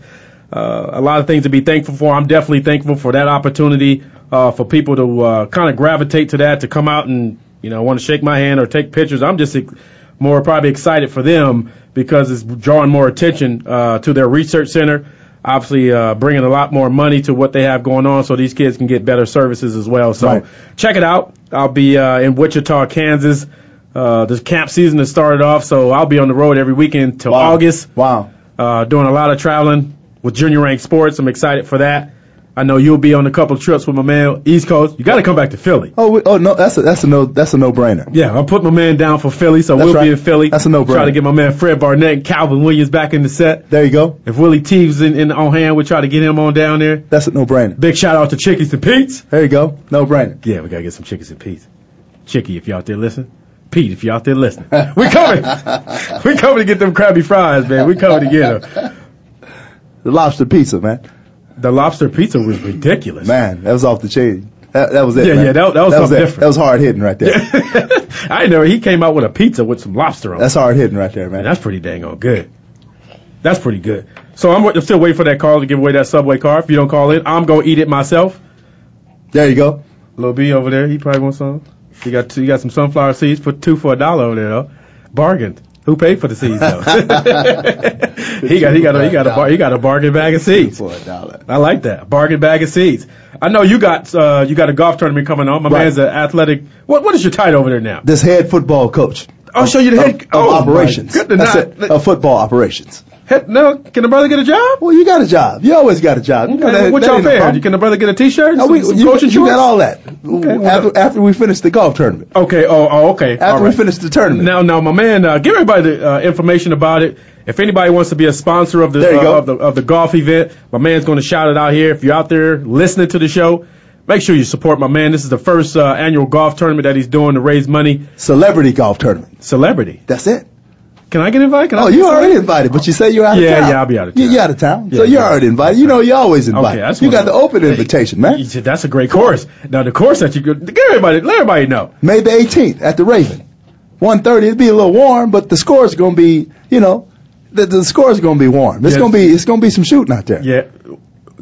Speaker 5: uh, a lot of things to be thankful for. I'm definitely thankful for that opportunity uh, for people to uh, kind of gravitate to that, to come out and you know want to shake my hand or take pictures. I'm just ex- more probably excited for them because it's drawing more attention uh, to their research center obviously uh, bringing a lot more money to what they have going on so these kids can get better services as well. So
Speaker 6: Right.
Speaker 5: check it out. I'll be uh, in Wichita, Kansas. Uh, the camp season has started off, so I'll be on the road every weekend till August,
Speaker 6: Wow.
Speaker 5: uh, doing a lot of traveling with Junior Rank Sports. I'm excited for that. I know you'll be on a couple of trips with my man East Coast. You got to come back to Philly.
Speaker 6: Oh, we, oh no, that's a that's a no that's a no brainer.
Speaker 5: Yeah, I'll put my man down for Philly, so
Speaker 6: That's
Speaker 5: we'll
Speaker 6: right.
Speaker 5: be in Philly.
Speaker 6: That's a no-brainer.
Speaker 5: Try to get my man Fred Barnett and Calvin Williams back in the set.
Speaker 6: There you go.
Speaker 5: If Willie Teves in, in on hand, we'll try to get him on down there.
Speaker 6: That's a no brainer.
Speaker 5: Big shout out to Chickies and Pete's.
Speaker 6: There you go. No brainer.
Speaker 5: Yeah, we gotta get some Chickies and Pete's. Chicky, if you out there listening. Pete, if you out there listening. We coming. we coming to get them Krabby Fries, man. We coming to get them.
Speaker 6: The lobster pizza, man.
Speaker 5: The lobster pizza was ridiculous.
Speaker 6: Man, that was off the chain. That, that was it.
Speaker 5: Yeah,
Speaker 6: man.
Speaker 5: yeah, that- that was something
Speaker 6: it.
Speaker 5: different.
Speaker 6: That was hard hitting right there.
Speaker 5: I know he came out with a pizza with some lobster on it.
Speaker 6: That's hard hitting right there, man.
Speaker 5: Man, that's pretty dang on good. That's pretty good. So I'm, wa- I'm still waiting for that call to give away that Subway car. If you don't call in, I'm gonna eat it myself.
Speaker 6: There you go.
Speaker 5: Lil B over there, he probably wants some. He got two, he got some sunflower seeds. Put two for a dollar over there though. Bargained. Who paid for the seeds though? he got he got a, he got a bar, he got a bargain bag of seeds.
Speaker 6: For a dollar.
Speaker 5: I like that bargain bag of seeds. I know you got uh, you got a golf tournament coming on. My
Speaker 6: Right.
Speaker 5: man's an athletic. What what is your title over there now?
Speaker 6: This head football coach
Speaker 5: I'll show you the
Speaker 6: of,
Speaker 5: head
Speaker 6: of
Speaker 5: oh, my
Speaker 6: operations.
Speaker 5: Good to
Speaker 6: That's
Speaker 5: not-
Speaker 6: it. Of football operations.
Speaker 5: Heck, no, can the brother get a job?
Speaker 6: Well, you got a job. You always got a job. You know that-
Speaker 5: what
Speaker 6: that
Speaker 5: y'all
Speaker 6: ain't no
Speaker 5: fair?
Speaker 6: problem.
Speaker 5: can the brother get a T-shirt?
Speaker 6: No, we,
Speaker 5: Some- some
Speaker 6: you,
Speaker 5: coaching
Speaker 6: you
Speaker 5: shorts?
Speaker 6: got all that
Speaker 5: well,
Speaker 6: after, after we finish the golf tournament.
Speaker 5: Okay. Oh, oh okay.
Speaker 6: After
Speaker 5: all right.
Speaker 6: we finish the tournament.
Speaker 5: Now, now, my man, uh, give everybody the uh, information about it. If anybody wants to be a sponsor of the,
Speaker 6: There you
Speaker 5: uh,
Speaker 6: go.
Speaker 5: of the of the golf event, my man's going to shout it out here. If you're out there listening to the show, make sure you support my man. This is the first uh, annual golf tournament that he's doing to raise money.
Speaker 6: Celebrity golf tournament.
Speaker 5: Celebrity,
Speaker 6: That's it.
Speaker 5: can I get invited? Can I
Speaker 6: Oh,
Speaker 5: be
Speaker 6: you
Speaker 5: somebody?
Speaker 6: already invited, but you say you're out of
Speaker 5: Yeah,
Speaker 6: town.
Speaker 5: yeah, I'll be out of
Speaker 6: You,
Speaker 5: town.
Speaker 6: you out of town. so
Speaker 5: Yeah,
Speaker 6: you're
Speaker 5: yeah.
Speaker 6: already invited. You know you always invited.
Speaker 5: Okay, I just
Speaker 6: you got
Speaker 5: wanna-
Speaker 6: the open invitation, man.
Speaker 5: You said, That's a great course. Now the course that you go, get everybody, let everybody know.
Speaker 6: May the 18th at the Raven. 1:30. It'll be a little warm, but the score's going to be, you know, the, the score's going to be warm. It's
Speaker 5: Yeah.
Speaker 6: going to be it's going to be some shooting out there.
Speaker 5: Yeah,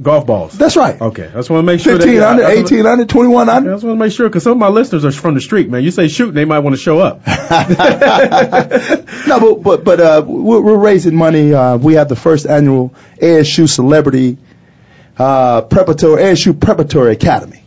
Speaker 5: golf balls.
Speaker 6: That's right.
Speaker 5: okay. I just want to make sure that
Speaker 6: 1500,
Speaker 5: I- I-
Speaker 6: 1800, 2100.
Speaker 5: I just want to make sure because some of my listeners are from the street, man. You say shooting, they might want to show up.
Speaker 6: No, but but but uh, we're, we're raising money. Uh, we have the first annual ASU Celebrity uh, preparatory ASU Preparatory Academy.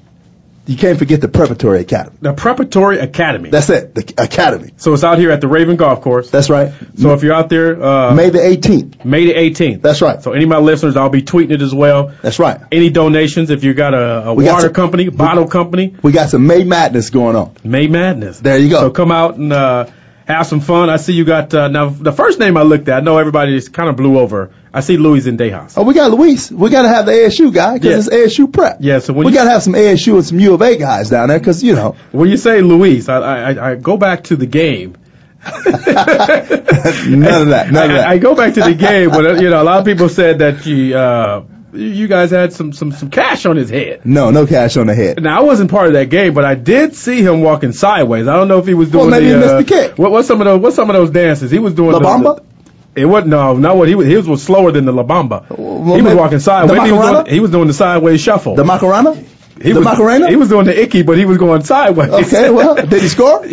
Speaker 6: You can't forget the Preparatory Academy.
Speaker 5: The Preparatory Academy.
Speaker 6: That's it, the Academy.
Speaker 5: So it's out here at the Raven Golf Course.
Speaker 6: That's right.
Speaker 5: So if you're out there, uh,
Speaker 6: May the 18th.
Speaker 5: May the 18th.
Speaker 6: That's right.
Speaker 5: So any of my listeners, I'll be tweeting it as well.
Speaker 6: That's right.
Speaker 5: Any donations, if you got a, a
Speaker 6: We got
Speaker 5: water
Speaker 6: some-
Speaker 5: company, bottle company,
Speaker 6: We got some May Madness going on.
Speaker 5: May Madness.
Speaker 6: There you go.
Speaker 5: So come out and uh, have some fun. I see you got uh, now the first name I looked at. I know everybody just kind of blew over. I see Louis in Dejas.
Speaker 6: Oh, we got Luis. We got to have the ASU guy
Speaker 5: Yeah.
Speaker 6: because it's ASU prep.
Speaker 5: Yeah. So when
Speaker 6: We
Speaker 5: you,
Speaker 6: got to have some ASU and some U of A guys down there because, you know,
Speaker 5: when you say Luis, I, I I- I go back to the game.
Speaker 6: none of that. None of
Speaker 5: I, I
Speaker 6: that.
Speaker 5: go back to the game, but uh, you know a lot of people said that you uh, you guys had some some some cash on his head.
Speaker 6: No, no cash on the head.
Speaker 5: Now I wasn't part of that game, but I did see him walking sideways. I don't know if he was doing
Speaker 6: maybe
Speaker 5: the,
Speaker 6: he missed
Speaker 5: uh,
Speaker 6: the kick.
Speaker 5: What, what's some of those? What's some of those dances he was doing?
Speaker 6: La
Speaker 5: the-
Speaker 6: Bamba?
Speaker 5: It wasn't no, not what he was. He was, was slower than the La Bamba.
Speaker 6: Well,
Speaker 5: he was
Speaker 6: maybe-
Speaker 5: walking sideways.
Speaker 6: the
Speaker 5: He was, doing,
Speaker 6: Macarena?
Speaker 5: he was doing the sideways shuffle.
Speaker 6: The Macarena?
Speaker 5: he
Speaker 6: the
Speaker 5: was,
Speaker 6: Macarena?
Speaker 5: He was doing the icky, but he was going sideways.
Speaker 6: Okay, well, did he score?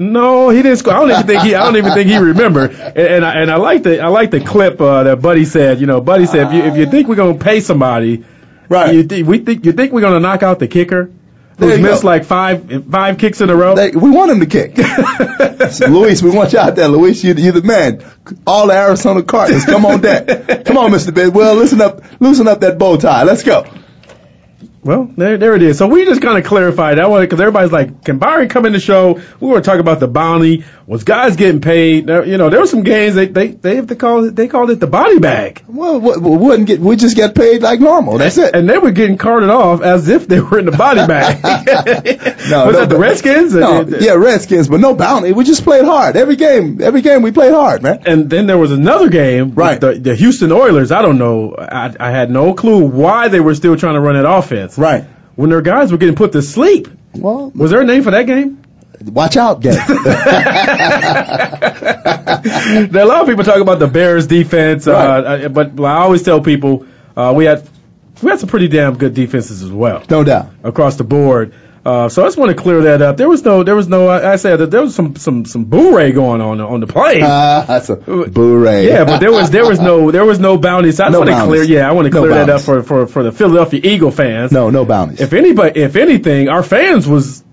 Speaker 5: No, he didn't score. I don't even think he. I don't even think he remembered. And, and I and I like the I like the clip uh, that Buddy said. You know, Buddy said if you if you think we're gonna pay somebody,
Speaker 6: Right.
Speaker 5: You think we think you think we're gonna knock out the kicker
Speaker 6: There
Speaker 5: who's
Speaker 6: you
Speaker 5: missed
Speaker 6: go.
Speaker 5: like five five kicks in a row?
Speaker 6: They, we want him to kick. Luis, we want you out there. Luis, you, you're the man. All the Arizona Cardinals, come on deck. Come on, Mr. Bidwell, listen up, loosen up that bow tie. Let's go.
Speaker 5: Well, there there it is. So we just kind of clarified that one because everybody's like, can Byron come in the show? We were talking about the bounty. Was guys getting paid? There- You know, there were some games they they they they called it, they called it the body bag.
Speaker 6: Well, we, we wouldn't get. We just got paid like normal. That's it.
Speaker 5: And they were getting carted off as if they were in the body bag.
Speaker 6: No,
Speaker 5: was
Speaker 6: no,
Speaker 5: that the
Speaker 6: but-
Speaker 5: Redskins?
Speaker 6: No,
Speaker 5: And-
Speaker 6: yeah, Redskins, but no bounty. We just played hard every game. Every game we played hard, man.
Speaker 5: And then there was another game, with
Speaker 6: Right.
Speaker 5: The, the Houston Oilers. I don't know. I, I had no clue why they were still trying to run that offense.
Speaker 6: Right.
Speaker 5: When their guys were getting put to sleep.
Speaker 6: Well,
Speaker 5: Was there a name for that game?
Speaker 6: watch out, game.
Speaker 5: Now, a lot of people talk about the Bears defense, uh, uh, but I always tell people uh, we had we had some pretty damn good defenses as well
Speaker 6: no doubt.
Speaker 5: across the board. Uh, so I just want to clear that up. There was no, there was no. I, I said that there was some some some boo-ray going on on the play.
Speaker 6: Uh, that's a booray.
Speaker 5: Yeah, but there was there was no there was no bounties. I
Speaker 6: No
Speaker 5: want to
Speaker 6: bounties.
Speaker 5: clear. Yeah, I want to
Speaker 6: No
Speaker 5: clear that
Speaker 6: bounties.
Speaker 5: up for, for for the Philadelphia Eagle fans.
Speaker 6: no, no bounties.
Speaker 5: If anybody, if anything, our fans was.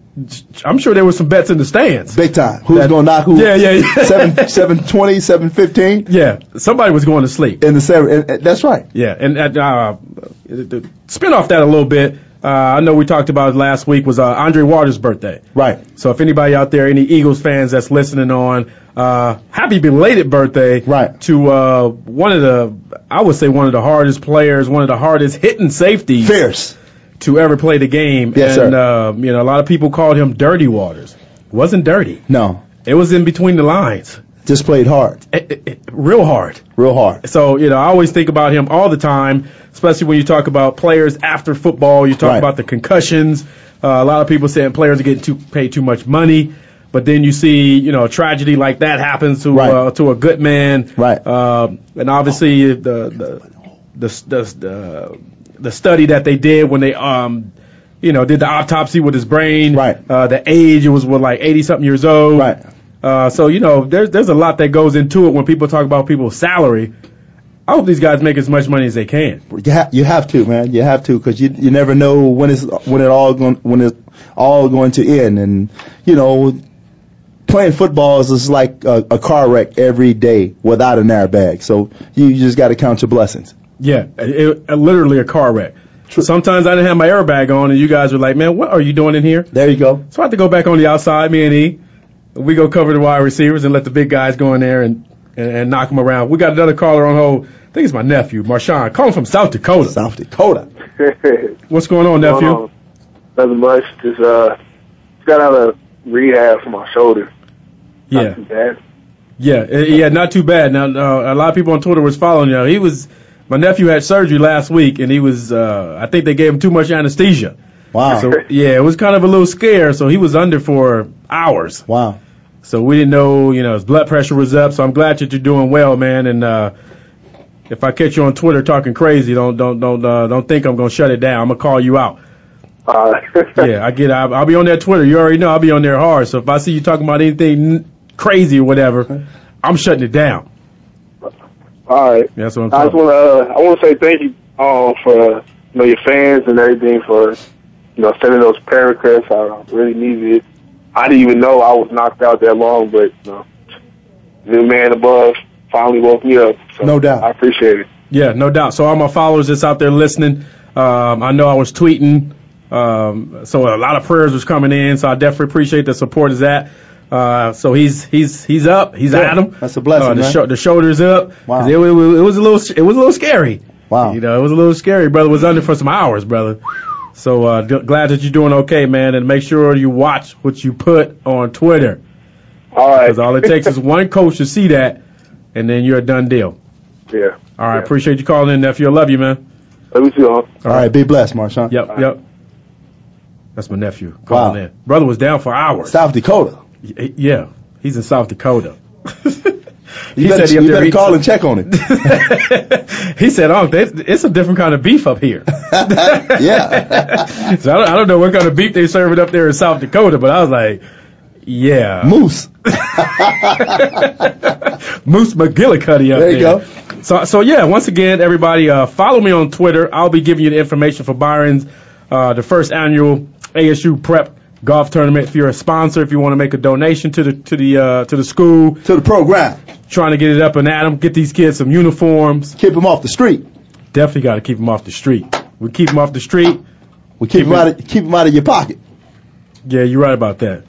Speaker 5: I'm sure there was some bets in the stands.
Speaker 6: Big time. Who's
Speaker 5: That-
Speaker 6: gonna knock who?
Speaker 5: Yeah, yeah, yeah.
Speaker 6: Seven, seven twenty, seven fifteen.
Speaker 5: Yeah, somebody was going to sleep.
Speaker 6: In the seven. and- and that's right.
Speaker 5: Yeah, and uh, uh, to spin off that a little bit. Uh, I know we talked about it last week was uh, Andre Waters' birthday.
Speaker 6: Right.
Speaker 5: So if anybody out there, any Eagles fans that's listening on, uh, happy belated birthday
Speaker 6: Right.
Speaker 5: to uh, one of the, I would say one of the hardest players, one of the hardest hitting safeties
Speaker 6: Fierce.
Speaker 5: to ever play the game.
Speaker 6: Yes,
Speaker 5: and,
Speaker 6: sir.
Speaker 5: Uh, you know, a lot of people called him Dirty Waters. Wasn't dirty.
Speaker 6: No,
Speaker 5: It was in between the lines,
Speaker 6: just played hard,
Speaker 5: It- it- it- real hard.
Speaker 6: real hard.
Speaker 5: So, you know, I always think about him all the time, especially when you talk about players after football. You talk
Speaker 6: Right.
Speaker 5: about the concussions. Uh, a lot of people saying players are getting too paid too much money. But then you see, you know, a tragedy like that happens to
Speaker 6: Right.
Speaker 5: uh, to a good man.
Speaker 6: Right.
Speaker 5: Um, and obviously the the the, the the the study that they did when they um you know did the autopsy with his brain.
Speaker 6: Right.
Speaker 5: Uh, the age it was what like eighty something years old.
Speaker 6: Right.
Speaker 5: Uh, so you know, there's there's a lot that goes into it when people talk about people's salary. I hope these guys make as much money as they can.
Speaker 6: You, ha- you have to, man. You have to, because you you never know when it's when it all going when it all going to end, and you know, playing football is just like a, a car wreck every day without an airbag. So you, you just got to count your blessings.
Speaker 5: Yeah, it, it- literally a car wreck. Sometimes I didn't have my airbag on, and you guys were like, "Man, what are you doing in here?"
Speaker 6: There you go.
Speaker 5: So I had to go back on the outside, me and E. We go cover the wide receivers and let the big guys go in there and, and, and knock them around. We got another caller on hold. I think it's my nephew, Marshawn. Calling from South Dakota.
Speaker 6: South Dakota.
Speaker 5: What's going on, nephew?
Speaker 10: Hold on. Nothing much. Just uh, just got out of rehab for my shoulder. Not
Speaker 5: Yeah,
Speaker 10: too bad.
Speaker 5: yeah, eh, yeah. Not too bad. Now, uh, a lot of people on Twitter was following you. He was my nephew had surgery last week, and he was. Uh, I think they gave him too much anesthesia.
Speaker 6: Wow.
Speaker 10: Oh.
Speaker 5: So yeah, it was kind of a little scare. So he was under for hours.
Speaker 6: wow.
Speaker 5: So we didn't know, you know, his blood pressure was up. So I'm glad that you're doing well, man. And uh, if I catch you on Twitter talking crazy, don't don't don't uh, don't think I'm gonna shut it down. I'm gonna call you out.
Speaker 10: Uh,
Speaker 5: Yeah, I get. I'll, I'll be on that Twitter. You already know I'll be on there hard. So if I see you talking about anything n- crazy or whatever, I'm shutting it down.
Speaker 10: all right.
Speaker 5: That's what I'm
Speaker 10: I just
Speaker 5: talking.
Speaker 10: want to uh, I want to say thank you um, for you know, your fans and everything for, you know, sending those prayer requests. I really needed it. I didn't even know I was knocked out that long, but you know, the man above finally woke me up. So
Speaker 5: No doubt.
Speaker 10: I appreciate it.
Speaker 5: Yeah, no doubt. So all my followers that's out there listening, um, I know I was tweeting, um, so a lot of prayers was coming in. So I definitely appreciate the support of that. Uh, so he's he's he's up. He's
Speaker 6: Yeah,
Speaker 5: at him.
Speaker 6: that's a blessing,
Speaker 5: Uh, the,
Speaker 6: man.
Speaker 5: the shoulders up. Wow. It, was, it was a little it was a little scary. Wow. You know, it was a little scary. Brother was under for some hours, brother. So uh, d- glad that you're doing okay, man. And make sure you watch what you put on Twitter.
Speaker 10: All right.
Speaker 5: Because all it takes is one coach to see that, and then you're a done deal.
Speaker 10: Yeah.
Speaker 5: All right, appreciate you calling in, nephew. I love you, man.
Speaker 10: Let me see you.
Speaker 6: All right, be blessed, Marshawn.
Speaker 5: Yep, yep. That's my nephew calling in. Brother was down for hours.
Speaker 6: South Dakota.
Speaker 5: Y- Yeah, he's in South Dakota.
Speaker 6: You better, you better call and check on it.
Speaker 5: He said, "Oh, that's, it's a different kind of beef up here."
Speaker 6: yeah.
Speaker 5: so I don't, I don't know what kind of beef they serving up there in South Dakota, but I was like, "Yeah,
Speaker 6: moose,
Speaker 5: Moose McGillicuddy up there."
Speaker 6: There you go.
Speaker 5: So, so yeah. Once again, everybody, uh, follow me on Twitter. I'll be giving you the information for Byron's uh, the first annual ASU Prep Golf Tournament. If you're a sponsor, if you want to make a donation to the to the uh, to the school
Speaker 6: to the program,
Speaker 5: trying to get it up and at 'em, get these kids some uniforms.
Speaker 6: Keep them off the street.
Speaker 5: Definitely got to keep them off the street. We keep them off the street.
Speaker 6: We keep, them
Speaker 5: it-
Speaker 6: out of, keep 'em out of your pocket.
Speaker 5: Yeah, you're right about that.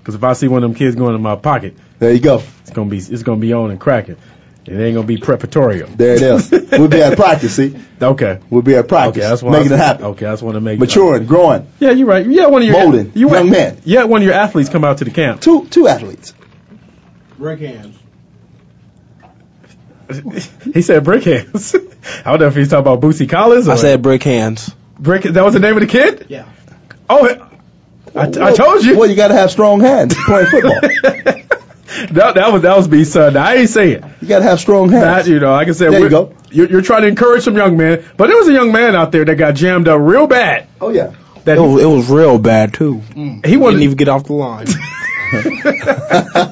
Speaker 5: Because if I see one of them kids going in my pocket,
Speaker 6: there you go.
Speaker 5: It's gonna be it's gonna be on and cracking. It ain't gonna be preparatorio.
Speaker 6: There it is. We'll be at practice, see?
Speaker 5: Okay.
Speaker 6: We'll be at practice.
Speaker 5: Yeah, that's why
Speaker 6: making
Speaker 5: I-
Speaker 6: it happen.
Speaker 5: Okay, I just want to make
Speaker 6: Maturing, growing.
Speaker 5: Yeah, you're right. Yeah, one of your
Speaker 6: Molding.
Speaker 5: You
Speaker 6: Young men.
Speaker 5: Yeah, one of your athletes come out to the camp.
Speaker 6: Two two athletes.
Speaker 5: Brick hands. he said brick hands. I don't know if he's talking about Boosie Collins. Or
Speaker 11: I said brick hands.
Speaker 5: brick. That was the name of the kid. Yeah. Oh, I, I
Speaker 6: Well,
Speaker 5: told you.
Speaker 6: Well, you got to have strong hands playing football.
Speaker 5: That, that was that was me, son. I ain't saying.
Speaker 6: You got to have strong hands.
Speaker 5: That, you know, like I said,
Speaker 6: There you
Speaker 5: we're-
Speaker 6: go.
Speaker 5: You're, you're trying to encourage some young men, but there was a young man out there that got jammed up real bad.
Speaker 6: Oh yeah.
Speaker 5: That
Speaker 11: It was, it was real bad too.
Speaker 5: He
Speaker 11: wouldn't even get off the line.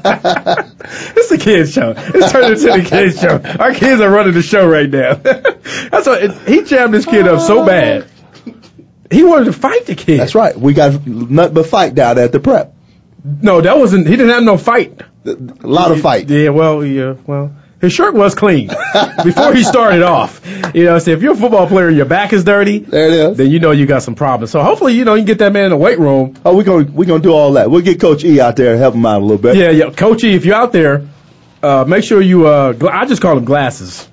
Speaker 5: It's the kids show. It's turned into the kids show. Our kids are running the show right now. That's what, he jammed this kid up so bad. He wanted to fight the kid.
Speaker 6: That's right. We got nothing but fight down at the prep.
Speaker 5: No, that wasn't. He didn't have no fight.
Speaker 6: A lot of fight.
Speaker 5: Yeah, well, yeah, well. His shirt was clean before he started off. You know, so if you're a football player and your back is dirty,
Speaker 6: There it is.
Speaker 5: then you know you got some problems. So hopefully, you know, you can get that man in the weight room
Speaker 6: Oh, we're gonna we're gonna do all that. We'll get Coach E out there and help him out a little bit.
Speaker 5: Yeah, yeah, Coach E, if you're out there, uh, make sure you. Uh, gla- I just call them glasses,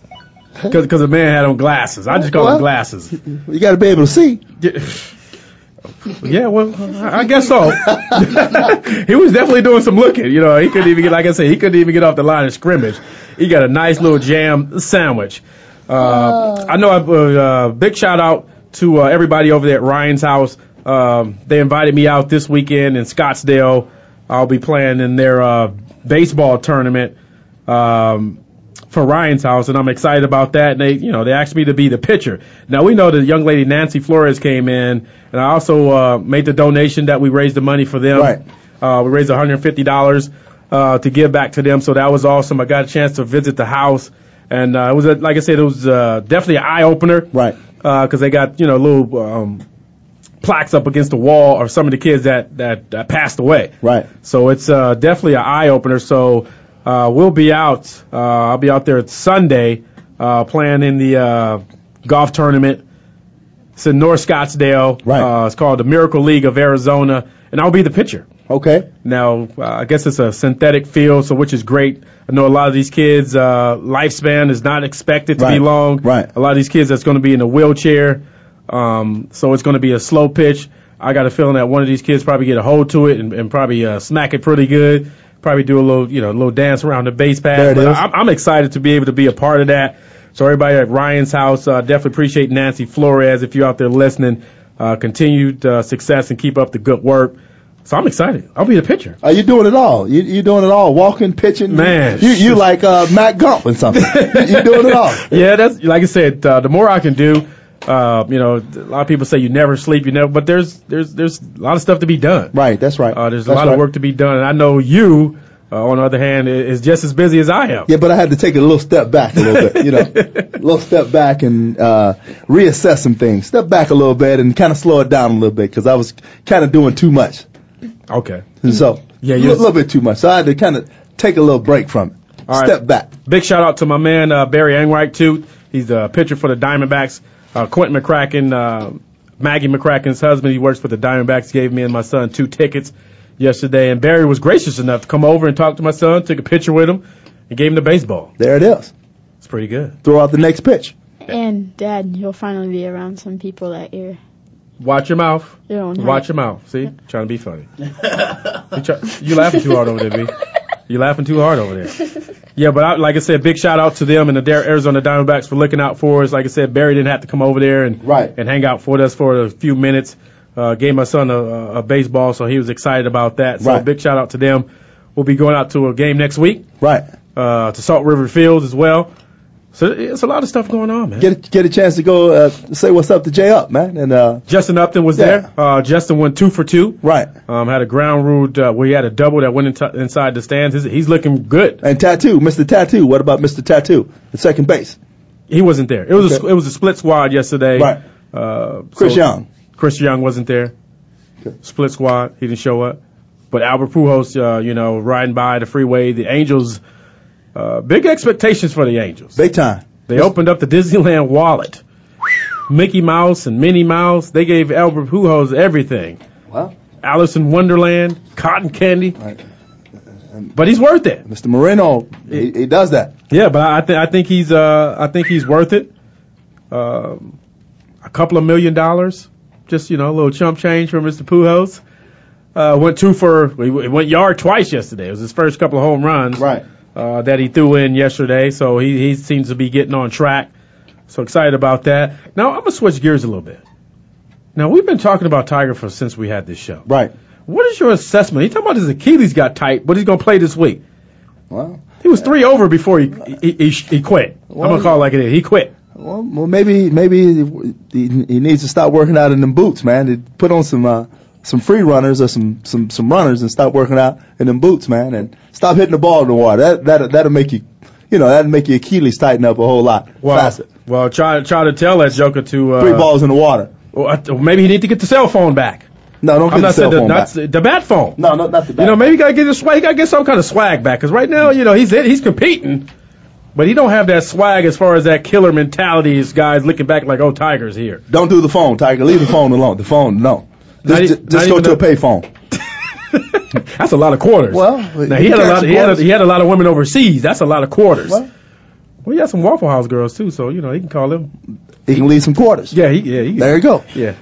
Speaker 5: because the man had on glasses. I just call them
Speaker 6: What?
Speaker 5: glasses.
Speaker 6: You got to be able to see.
Speaker 5: Yeah, well, I I guess so. he was definitely doing some looking. You know, he couldn't even get, like I said, he couldn't even get off the line of scrimmage. He got a nice little jam sandwich. Uh, I know. I, uh, uh, big shout out to uh, everybody over there at Ryan's house. Um, they invited me out this weekend in Scottsdale. I'll be playing in their uh, baseball tournament um, for Ryan's house, and I'm excited about that. And they, you know, they asked me to be the pitcher. Now we know the young lady Nancy Flores came in, and I also uh, made the donation that we raised the money for them.
Speaker 6: Right.
Speaker 5: Uh, we raised $150 uh, to give back to them, so that was awesome. I got a chance to visit the house, and uh, it was a, like I said, it was uh, definitely an eye opener.
Speaker 6: Right.
Speaker 5: Because they got you know little um, plaques up against the wall of some of the kids that that, that passed away.
Speaker 6: Right.
Speaker 5: So it's uh, definitely an eye opener. So uh, we'll be out. Uh, I'll be out there Sunday uh, playing in the uh, golf tournament. It's in North Scottsdale.
Speaker 6: Right.
Speaker 5: Uh, it's called the Miracle League of Arizona, and I'll be the pitcher.
Speaker 6: Okay.
Speaker 5: Now, uh, I guess it's a synthetic field, so which is great. I know a lot of these kids' uh, lifespan is not expected to be
Speaker 6: Right,
Speaker 5: long.
Speaker 6: right.
Speaker 5: A lot of these kids that's going to be in a wheelchair, um, so it's going to be a slow pitch. I got a feeling that one of these kids probably get a hold to it and, and probably uh, smack it pretty good. Probably do a little, you know, a little dance around the base pass.
Speaker 6: There it
Speaker 5: but
Speaker 6: is.
Speaker 5: I'm, I'm excited to be able to be a part of that. So everybody at Ryan's house, uh, definitely appreciate Nancy Flores if you're out there listening. Uh, continued uh, success and keep up the good work. So I'm excited. I'll be the pitcher.
Speaker 6: Are you doing it all? You you doing it all? Walking, pitching,
Speaker 5: Man.
Speaker 6: You you like uh, Matt Gump or something? you you doing it all?
Speaker 5: yeah, that's like I said. Uh, the more I can do, uh, you know, a lot of people say you never sleep, you never, but there's there's there's a lot of stuff to be done.
Speaker 6: Right. That's right.
Speaker 5: Uh, there's a
Speaker 6: That's
Speaker 5: lot
Speaker 6: right.
Speaker 5: of work to be done, and I know you. uh, on the other hand, i- is just as busy as I am.
Speaker 6: Yeah, but I had to take a little step back a little bit, you know, a little step back and uh, reassess some things. Step back a little bit and kind of slow it down a little bit because I was kind of doing too much.
Speaker 5: Okay.
Speaker 6: And so, yeah, a
Speaker 5: you're-
Speaker 6: little bit too much. So I had to kind of take a little break from it.
Speaker 5: All right.
Speaker 6: Step back.
Speaker 5: Big shout out to my man uh, Barry Enright too. He's a pitcher for the Diamondbacks. Uh, Quentin McCracken, uh, Maggie McCracken's husband. He works for the Diamondbacks. Gave me and my son two tickets yesterday, and Barry was gracious enough to come over and talk to my son. Took a picture with him and gave him the baseball.
Speaker 6: There it is.
Speaker 5: It's pretty good.
Speaker 6: Throw out the next pitch.
Speaker 8: And Dad, you'll finally be around some people that you're
Speaker 5: Watch your mouth.
Speaker 8: you don't have.
Speaker 5: Watch your mouth. See, trying to be funny. You, try, you laughing too hard over there, B. You laughing too hard over there. Yeah, but I, like I said, big shout out to them and the Dar- Arizona Diamondbacks for looking out for us. Like I said, Barry didn't have to come over there and right. and hang out for us for a few minutes. Uh, gave my son a, a baseball, so he was excited about that. So
Speaker 6: Right.
Speaker 5: big shout out to them. We'll be going out to a game next week.
Speaker 6: Right.
Speaker 5: Uh, to Salt River Fields as well. So it's a lot of stuff going on, man.
Speaker 6: Get a, get a chance to go uh, say what's up to Jay Up, man. And uh,
Speaker 5: Justin Upton was there. Uh, Justin went two for two.
Speaker 6: Right.
Speaker 5: Um, had a ground rule uh, where he had a double that went into inside the stands. He's, he's looking good.
Speaker 6: and Tattoo, Mr. Tattoo. What about Mr. Tattoo? The second base.
Speaker 5: He wasn't there. It was a, it was a split squad yesterday.
Speaker 6: Right.
Speaker 5: Uh,
Speaker 6: Chris
Speaker 5: so-
Speaker 6: Young.
Speaker 5: Chris Young wasn't there. Split squad. He didn't show up. But Albert Pujols, uh, you know, riding by the freeway. The Angels. Uh, big expectations for the Angels.
Speaker 6: Big time.
Speaker 5: They opened up the Disneyland wallet. Mickey Mouse and Minnie Mouse. They gave Albert Pujols everything.
Speaker 6: Wow.
Speaker 5: Alice in Wonderland, cotton candy. But he's worth it.
Speaker 6: Mr. Moreno, he, he does that.
Speaker 5: Yeah, but I think I think he's uh I think he's worth it. Um, a couple of million dollars, just you know, a little chump change for Mr. Pujols. Uh, went two for he w- he went yard twice yesterday. It was his first couple of home runs. Right. Uh, that he threw in yesterday, so he he seems to be getting on track. So excited about that. Now I'm gonna switch gears a little bit. Now we've been talking about Tiger for since we had this show.
Speaker 6: Right.
Speaker 5: What is your assessment? He talking about his Achilles got tight, but he's gonna play this week.
Speaker 6: Well,
Speaker 5: he was three over before he he, he, he quit. I'm gonna call it like it is. He quit.
Speaker 6: Well, well maybe maybe he, he needs to stop working out in them boots, man. To put on some uh, some free runners or some, some some runners and stop working out in them boots, man, and stop hitting the ball in the water. That that that'll make you, you know, that'll make your Achilles tighten up a whole lot.
Speaker 5: Well, well, try try to tell that Joker to uh,
Speaker 6: Three balls in the water.
Speaker 5: Well, I- well, maybe he need to get the cell phone back.
Speaker 6: No, don't get
Speaker 5: I'm not
Speaker 6: the cell
Speaker 5: saying
Speaker 6: phone
Speaker 5: the,
Speaker 6: back.
Speaker 5: not the- the bat phone.
Speaker 6: No, no, not the bat.
Speaker 5: You know, maybe he gotta get his swag. He gotta get some kind of swag back. Cause right now, you know, he's he's competing, but he don't have that swag as far as that killer mentality. Is guys looking back like, oh, Tiger's here.
Speaker 6: Don't do the phone, Tiger. Leave the phone alone. The phone, no.
Speaker 5: Not e-
Speaker 6: Just, just,
Speaker 5: not
Speaker 6: go
Speaker 5: even
Speaker 6: to a
Speaker 5: the-
Speaker 6: pay phone.
Speaker 5: That's a lot of quarters.
Speaker 6: Well,
Speaker 5: Now he
Speaker 6: you
Speaker 5: had a
Speaker 6: got
Speaker 5: lot.
Speaker 6: some
Speaker 5: He had a,
Speaker 6: quarters.
Speaker 5: he had a lot of women overseas. That's a lot of quarters. Well, he had some Waffle House girls too, so you know he can call them.
Speaker 6: He can leave some quarters.
Speaker 5: Yeah, he, yeah. He,
Speaker 6: there you go.
Speaker 5: Yeah.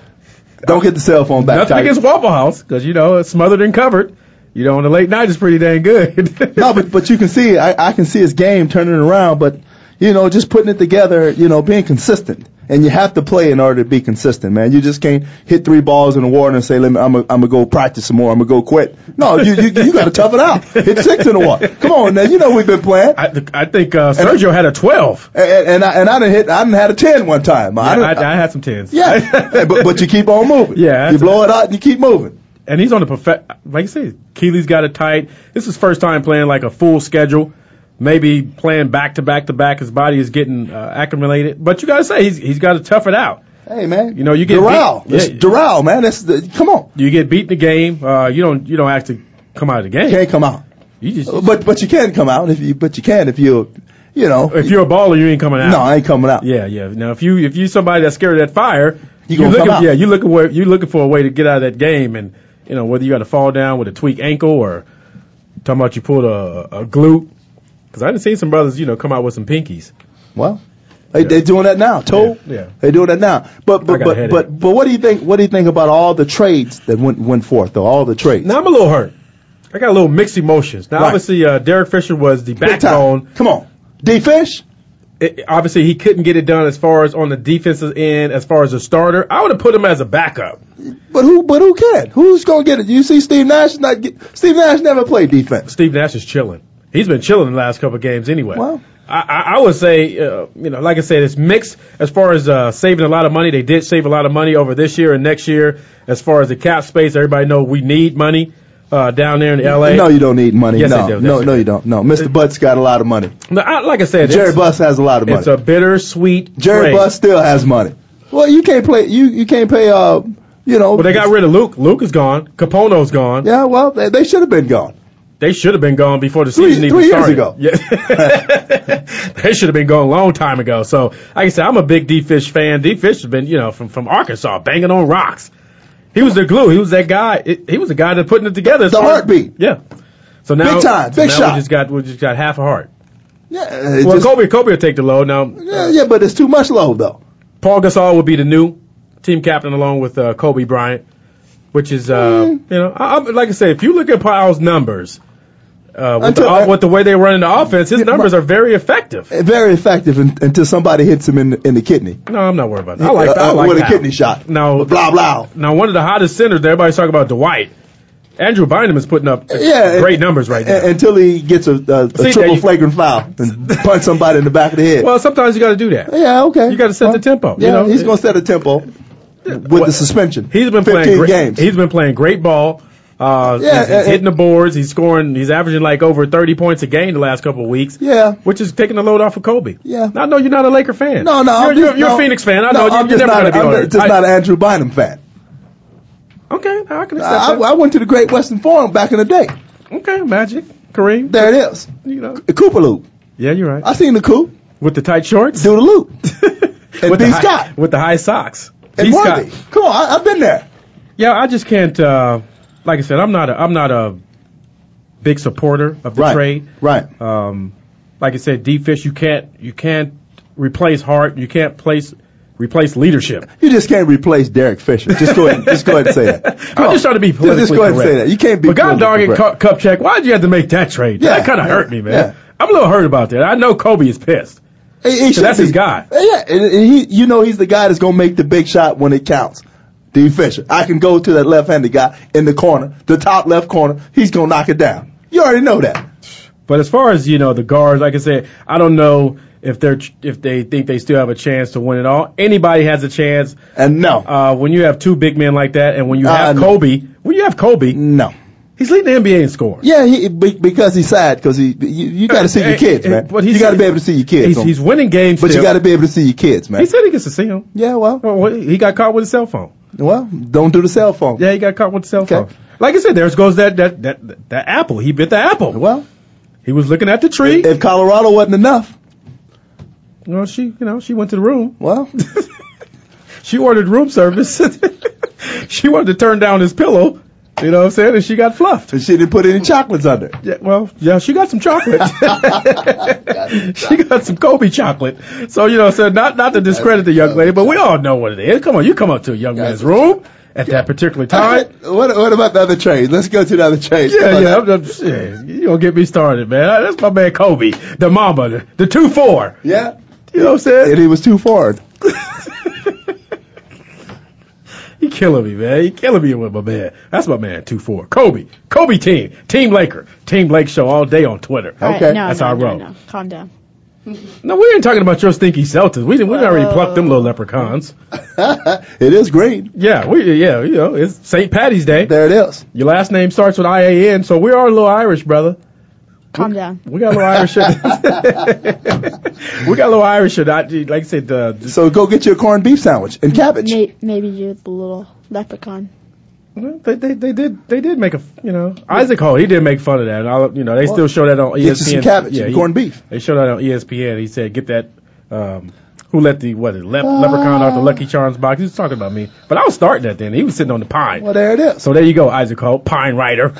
Speaker 6: Don't get the cell phone back.
Speaker 5: Nothing
Speaker 6: Tiger.
Speaker 5: against Waffle House, because you know it's smothered and covered. You know, on the late night is pretty dang good.
Speaker 6: no, but but you can see I, I can see his game turning around, but you know, just putting it together, you know, being consistent. And you have to play in order to be consistent, man. You just can't hit three balls in the water and say, "Let me, I'm gonna I'm gonna go practice some more. I'm gonna go quit." No, you you, you got to tough it out. Hit six in the water. Come on, now you know we've been playing.
Speaker 5: I, I think uh, Sergio had a 12.
Speaker 6: And, and, and I and I done hit I done had a ten one time. I
Speaker 5: I,
Speaker 6: done,
Speaker 5: I, had some tens.
Speaker 6: yeah, but but you keep on moving.
Speaker 5: Yeah,
Speaker 6: you blow it out and you keep moving.
Speaker 5: And he's on the perfect. Like I said, Keely's got it tight. This is his first time playing like a full schedule. Maybe playing back to back to back. His body is getting uh, accumulated. But you gotta say he's he's got to tough it out.
Speaker 6: Hey man,
Speaker 5: You know, you get
Speaker 6: Doral.
Speaker 5: beat-
Speaker 6: It's
Speaker 5: yeah.
Speaker 6: Doral, man. That's the, come on.
Speaker 5: You get beat in the game. Uh, you don't you don't have to come out of the game.
Speaker 6: can't come out.
Speaker 5: You just
Speaker 6: but but you can come out if you but you can if you you know
Speaker 5: If you're a baller, you ain't coming out.
Speaker 6: No, I ain't coming out.
Speaker 5: Yeah, yeah. Now, if you if you somebody that's scared of that fire,
Speaker 6: You
Speaker 5: you're
Speaker 6: gonna
Speaker 5: looking,
Speaker 6: come out.
Speaker 5: yeah, you looking where you looking for a way to get out of that game, and you know whether you got to fall down with a tweak ankle or talking about you pulled a, a glute. Because I didn't see some brothers, you know, come out with some pinkies.
Speaker 6: Well, they they doing that now. Toe.
Speaker 5: Yeah.
Speaker 6: They doing that now. But
Speaker 5: I
Speaker 6: but
Speaker 5: got a
Speaker 6: but,
Speaker 5: headache.
Speaker 6: but but what do you think? What do you think about all the trades that went went forth though? All the trades.
Speaker 5: Now I'm a little hurt. I got a little mixed emotions. Now,
Speaker 6: Right.
Speaker 5: obviously, uh, Derek Fisher was the backbone.
Speaker 6: Come on, D Fish.
Speaker 5: It, obviously, he couldn't get it done as far as on the defensive end, as far as a starter. I would have put him as a backup.
Speaker 6: But who but who can? Who's gonna get it? You see, Steve Nash not get, Steve Nash never played defense.
Speaker 5: Steve Nash is chilling. He's been chilling the last couple of games anyway. I, I, I would say, uh, you know, like I said, it's mixed as far as uh, saving a lot of money. They did save a lot of money over this year and next year as far as the cap space. Everybody know we need money. uh, down there in L.A.
Speaker 6: No, you don't need money.
Speaker 5: Yes,
Speaker 6: no,
Speaker 5: I do. That's
Speaker 6: no, no, you don't. No, Mr. Butts got a lot of money.
Speaker 5: No, I, like I said,
Speaker 6: Jerry
Speaker 5: it's-
Speaker 6: Buss has a lot of money.
Speaker 5: It's a bittersweet.
Speaker 6: Jerry
Speaker 5: trade.
Speaker 6: Buss still has money. Well, you can't play. You you can't pay. Uh, you know.
Speaker 5: Well, they got rid of Luke. Luke is gone. Capono's gone.
Speaker 6: Yeah, well, they, they should have been gone.
Speaker 5: They should have been gone before the
Speaker 6: Three-
Speaker 5: season even
Speaker 6: three years
Speaker 5: started.
Speaker 6: ago.
Speaker 5: Yeah. they should have been gone a long time ago. So, like I said, I'm a big D Fish fan. D Fish has been, you know, from from Arkansas, banging on rocks. He was the glue. He was that guy. it- he was the guy that putting it together.
Speaker 6: The heartbeat.
Speaker 5: Yeah. So now,
Speaker 6: Big time,
Speaker 5: so
Speaker 6: big
Speaker 5: now
Speaker 6: shot.
Speaker 5: We just got we just got half a heart.
Speaker 6: Yeah, it
Speaker 5: well,
Speaker 6: just-
Speaker 5: Kobe Kobe will take the load now.
Speaker 6: yeah, yeah, but it's too much low though.
Speaker 5: Paul Gasol will be the new team captain along with uh, Kobe Bryant, which is, uh,
Speaker 6: Hmm.
Speaker 5: you know, I, I'm, like I say, if you look at Paul's numbers, uh, with,
Speaker 6: Until
Speaker 5: the,
Speaker 6: I-
Speaker 5: with the way they run in the offense, his numbers are very effective.
Speaker 6: Very effective un- until somebody hits him in the, in the kidney.
Speaker 5: No, I'm not worried about that. I like, I
Speaker 6: Uh, uh,
Speaker 5: like
Speaker 6: with a
Speaker 5: Powell.
Speaker 6: kidney shot.
Speaker 5: Now,
Speaker 6: Blah blah.
Speaker 5: now, one of the hottest centers that everybody's talking about, Dwight. Andrew Bynum is putting up
Speaker 6: Yeah,
Speaker 5: great numbers right now.
Speaker 6: A- until he gets a, a, a
Speaker 5: there
Speaker 6: triple
Speaker 5: you-
Speaker 6: flagrant foul and punch somebody in the back of the head.
Speaker 5: well, sometimes you got to do that.
Speaker 6: yeah, okay.
Speaker 5: You got to set the tempo.
Speaker 6: yeah,
Speaker 5: you know,
Speaker 6: he's gonna set a tempo with the suspension.
Speaker 5: He's been
Speaker 6: 15
Speaker 5: playing great,
Speaker 6: games.
Speaker 5: He's been playing great ball. Uh,
Speaker 6: Yeah,
Speaker 5: he's, he's
Speaker 6: and-
Speaker 5: hitting the boards. He's scoring. He's averaging like over 30 points a game the last couple of weeks.
Speaker 6: Yeah.
Speaker 5: Which is taking the load off of Kobe.
Speaker 6: Yeah.
Speaker 5: I know you're not a Laker fan.
Speaker 6: No, no,
Speaker 5: You're,
Speaker 6: I'm
Speaker 5: you're,
Speaker 6: just,
Speaker 5: you're
Speaker 6: no,
Speaker 5: a Phoenix fan. I
Speaker 6: no,
Speaker 5: know you-
Speaker 6: I'm
Speaker 5: you're
Speaker 6: just
Speaker 5: never
Speaker 6: not,
Speaker 5: going to be
Speaker 6: I'm
Speaker 5: on
Speaker 6: not-
Speaker 5: it.
Speaker 6: just
Speaker 5: I-
Speaker 6: not an Andrew Bynum fan.
Speaker 5: Okay, I can accept
Speaker 6: I,
Speaker 5: that.
Speaker 6: I went to the Great Western Forum back in the day.
Speaker 5: okay, Magic, Kareem,
Speaker 6: There it is.
Speaker 5: you know.
Speaker 6: The Cooper loop.
Speaker 5: Yeah, you're right.
Speaker 6: I seen the coup.
Speaker 5: With the tight shorts.
Speaker 6: Do the loop.
Speaker 5: with
Speaker 6: B.
Speaker 5: the high,
Speaker 6: Scott.
Speaker 5: With the high socks. B.
Speaker 6: And
Speaker 5: Scott.
Speaker 6: Worthy. Come on, I, I've been there.
Speaker 5: Yeah, I just can't. Uh, like I said, I'm not. A, I'm not a big supporter of the
Speaker 6: Right.
Speaker 5: trade.
Speaker 6: Right.
Speaker 5: Um, like I said, deep fish. You can't. You can't replace heart. You can't place replace leadership.
Speaker 6: You just can't replace Derek Fisher. Just go ahead. just go ahead and say that. Come
Speaker 5: I'm
Speaker 6: on.
Speaker 5: just trying to be
Speaker 6: Oh, Just- Just,
Speaker 5: politically
Speaker 6: go ahead
Speaker 5: correct.
Speaker 6: and say that. You can't be.
Speaker 5: But god dog it,
Speaker 6: politically correct.
Speaker 5: Cu- Kupchak, why'd you have to make that trade?
Speaker 6: Yeah,
Speaker 5: that kind of
Speaker 6: yeah,
Speaker 5: hurt me, man.
Speaker 6: yeah.
Speaker 5: I'm a little hurt about that. I know Kobe is pissed.
Speaker 6: He- he should
Speaker 5: that's his
Speaker 6: be.
Speaker 5: guy.
Speaker 6: Yeah, and, and he, you know, he's the guy that's gonna make the big shot when it counts. D. Fisher. I can go to that left-handed guy in the corner, the top left corner. He's gonna knock it down. You already know that.
Speaker 5: But as far as you know, the guards, like I said, I don't know if they're if they think they still have a chance to win it all. Anybody has a chance.
Speaker 6: And no,
Speaker 5: Uh, when you have two big men like that, and when you
Speaker 6: Uh,
Speaker 5: have
Speaker 6: no.
Speaker 5: Kobe, when you have Kobe,
Speaker 6: no.
Speaker 5: he's leading the NBA in scores.
Speaker 6: Yeah, he be, because he's sad because he you, you got to see your
Speaker 5: Hey,
Speaker 6: kids,
Speaker 5: hey,
Speaker 6: man.
Speaker 5: but he's-
Speaker 6: you got to be able to see your kids.
Speaker 5: He's,
Speaker 6: so-
Speaker 5: he's winning games,
Speaker 6: but you
Speaker 5: still.
Speaker 6: got to be able to see your kids, man.
Speaker 5: He said he gets to see him.
Speaker 6: Yeah, well,
Speaker 5: Oh, well, he got caught with his cell phone.
Speaker 6: well, don't do the cell phone.
Speaker 5: Yeah, he got caught with his cell
Speaker 6: Okay.
Speaker 5: phone. Like I said, there goes that that that that apple. He bit the apple.
Speaker 6: Well,
Speaker 5: He was looking at the tree.
Speaker 6: if Colorado wasn't enough,
Speaker 5: well, she you know she went to the room.
Speaker 6: well,
Speaker 5: She ordered room service. she wanted to turn down his pillow. You know what I'm saying? And she got fluffed.
Speaker 6: she didn't put any chocolates under.
Speaker 5: Yeah, well, yeah, she got some chocolate. she got some Kobe chocolate. So you know, so not not to discredit the young lady, but we all know what it is. Come on, you come up to a young man's room at that particular time.
Speaker 6: What what about the other trade? Let's go to the other trade.
Speaker 5: Yeah, yeah, I'm, I'm, yeah, you don't get me started, man. That's my man Kobe, the mama, the, the two four.
Speaker 6: yeah.
Speaker 5: You know what I'm saying?
Speaker 6: And he was too forward.
Speaker 5: He killing me, man. He killing me with my man. That's my man, two four. Kobe, Kobe team, team Laker, team Lake show all day on Twitter.
Speaker 6: Okay.
Speaker 8: All right, no,
Speaker 5: That's
Speaker 8: no,
Speaker 5: how I
Speaker 8: no,
Speaker 5: roll.
Speaker 8: no. Calm down.
Speaker 5: No, we ain't talking about your stinky Celtics. We didn't, we already plucked them little leprechauns.
Speaker 6: It is green.
Speaker 5: Yeah, we yeah, you know, it's St. Patty's Day.
Speaker 6: There it is.
Speaker 5: Your last name starts with I A N, so we are a little Irish, brother.
Speaker 8: Calm down.
Speaker 5: We got a little Irish. in- we got a little Irish. in- I- Like I said, uh,
Speaker 6: So go get you a corned beef sandwich and cabbage.
Speaker 8: May- maybe you're the little leprechaun.
Speaker 5: Well, They, they they did they did make a you know Isaac Hall he did make fun of that and I'll, you know they still show that on E ESPN
Speaker 6: Get you some cabbage
Speaker 5: yeah
Speaker 6: and
Speaker 5: he-
Speaker 6: corned beef.
Speaker 5: they showed that on E ESPN he said get that um who let the what the lep- leprechaun out the Lucky Charms box he was talking about me but I was starting that then he was sitting on the pine
Speaker 6: Well, there it is.
Speaker 5: so there you go Isaac Hall pine writer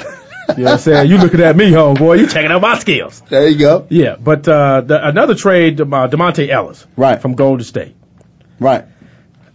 Speaker 5: you know what I'm saying you looking at me homeboy you checking out my skills
Speaker 6: There you go.
Speaker 5: yeah but uh the, another trade uh, Demonte Ellis
Speaker 6: Right.
Speaker 5: from Golden State
Speaker 6: Right.
Speaker 5: I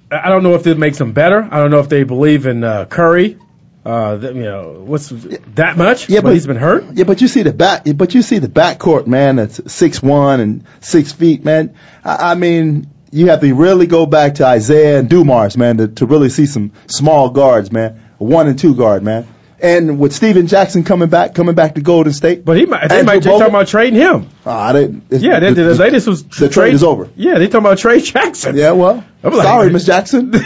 Speaker 5: I don't know if it makes them better. I don't know if they believe in uh, Curry. Uh, th- you know, what's that much?
Speaker 6: Yeah,
Speaker 5: but
Speaker 6: but-
Speaker 5: he's been hurt.
Speaker 6: Yeah, but you see the back, but you see the backcourt, man. That's six one and six feet, man. I, I mean, you have to really go back to Isaiah and Dumars, man, to, to really see some small guards, man. One and two guard, man. And with Steven Jackson coming back, coming back to Golden State, but
Speaker 5: he might, they might be talking about trading him.
Speaker 6: Ah, they, it's-
Speaker 5: Yeah, the, the, the latest was
Speaker 6: the trade is over.
Speaker 5: Yeah, they talking about Trey Jackson.
Speaker 6: Yeah, well,
Speaker 5: I'm
Speaker 6: sorry, Miss Jackson.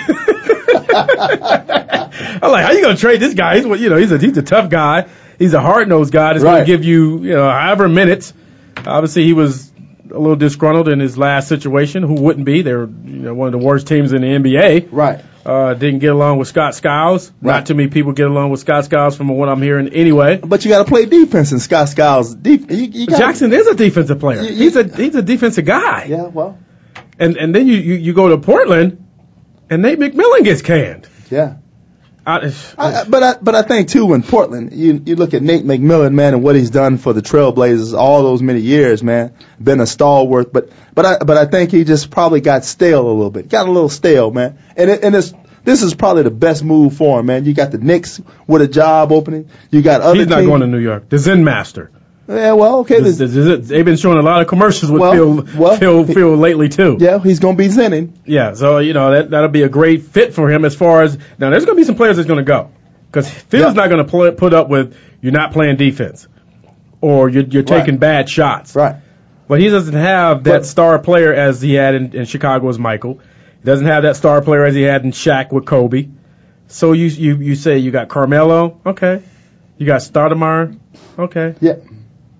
Speaker 5: I'm like, how you gonna trade this guy? He's what you know. He's a he's a tough guy. He's a hard nosed guy. That's gonna give you you know however minutes. Obviously, he was a little disgruntled in his last situation. Who wouldn't be? They're you know one of the worst teams in the NBA.
Speaker 6: Right.
Speaker 5: Uh, didn't get along with Scott Skiles. Not too many people get along with Scott Skiles from what I'm hearing anyway.
Speaker 6: But you got to play defense, and Scott Skiles deep. You, you gotta-
Speaker 5: Jackson is a defensive player. He's a he's a defensive guy.
Speaker 6: Yeah, well.
Speaker 5: And and then you, you, you go to Portland, and Nate McMillan gets canned.
Speaker 6: Yeah.
Speaker 5: I,
Speaker 6: I, I- but I, but I think too in Portland, you you look at Nate McMillan, man, and what he's done for the Trailblazers all those many years, man, been a stalwart. But but I but I think he just probably got stale a little bit, got a little stale, man. And it, and it's this is probably the best move for him, man. You got the Knicks with a job opening, you got other.
Speaker 5: he's not
Speaker 6: teams-
Speaker 5: going to New York. The Zen Master.
Speaker 6: Yeah, well, okay.
Speaker 5: This- this- this- they've been showing a lot of commercials with Phil, Phil Phil lately too.
Speaker 6: Yeah, he's going to be zenning.
Speaker 5: Yeah, so you know that that'll be a great fit for him as far as now. There's going to be some players that's going to go because Phil's not going to pl- put up with you're not playing defense or you're, you're taking bad shots.
Speaker 6: Right.
Speaker 5: But he doesn't have that star player as he had in, in Chicago as Michael. He doesn't have that star player as he had in Shaq with Kobe. So you you you say you got Carmelo, okay. You got Stoudemire, okay.
Speaker 6: Yeah.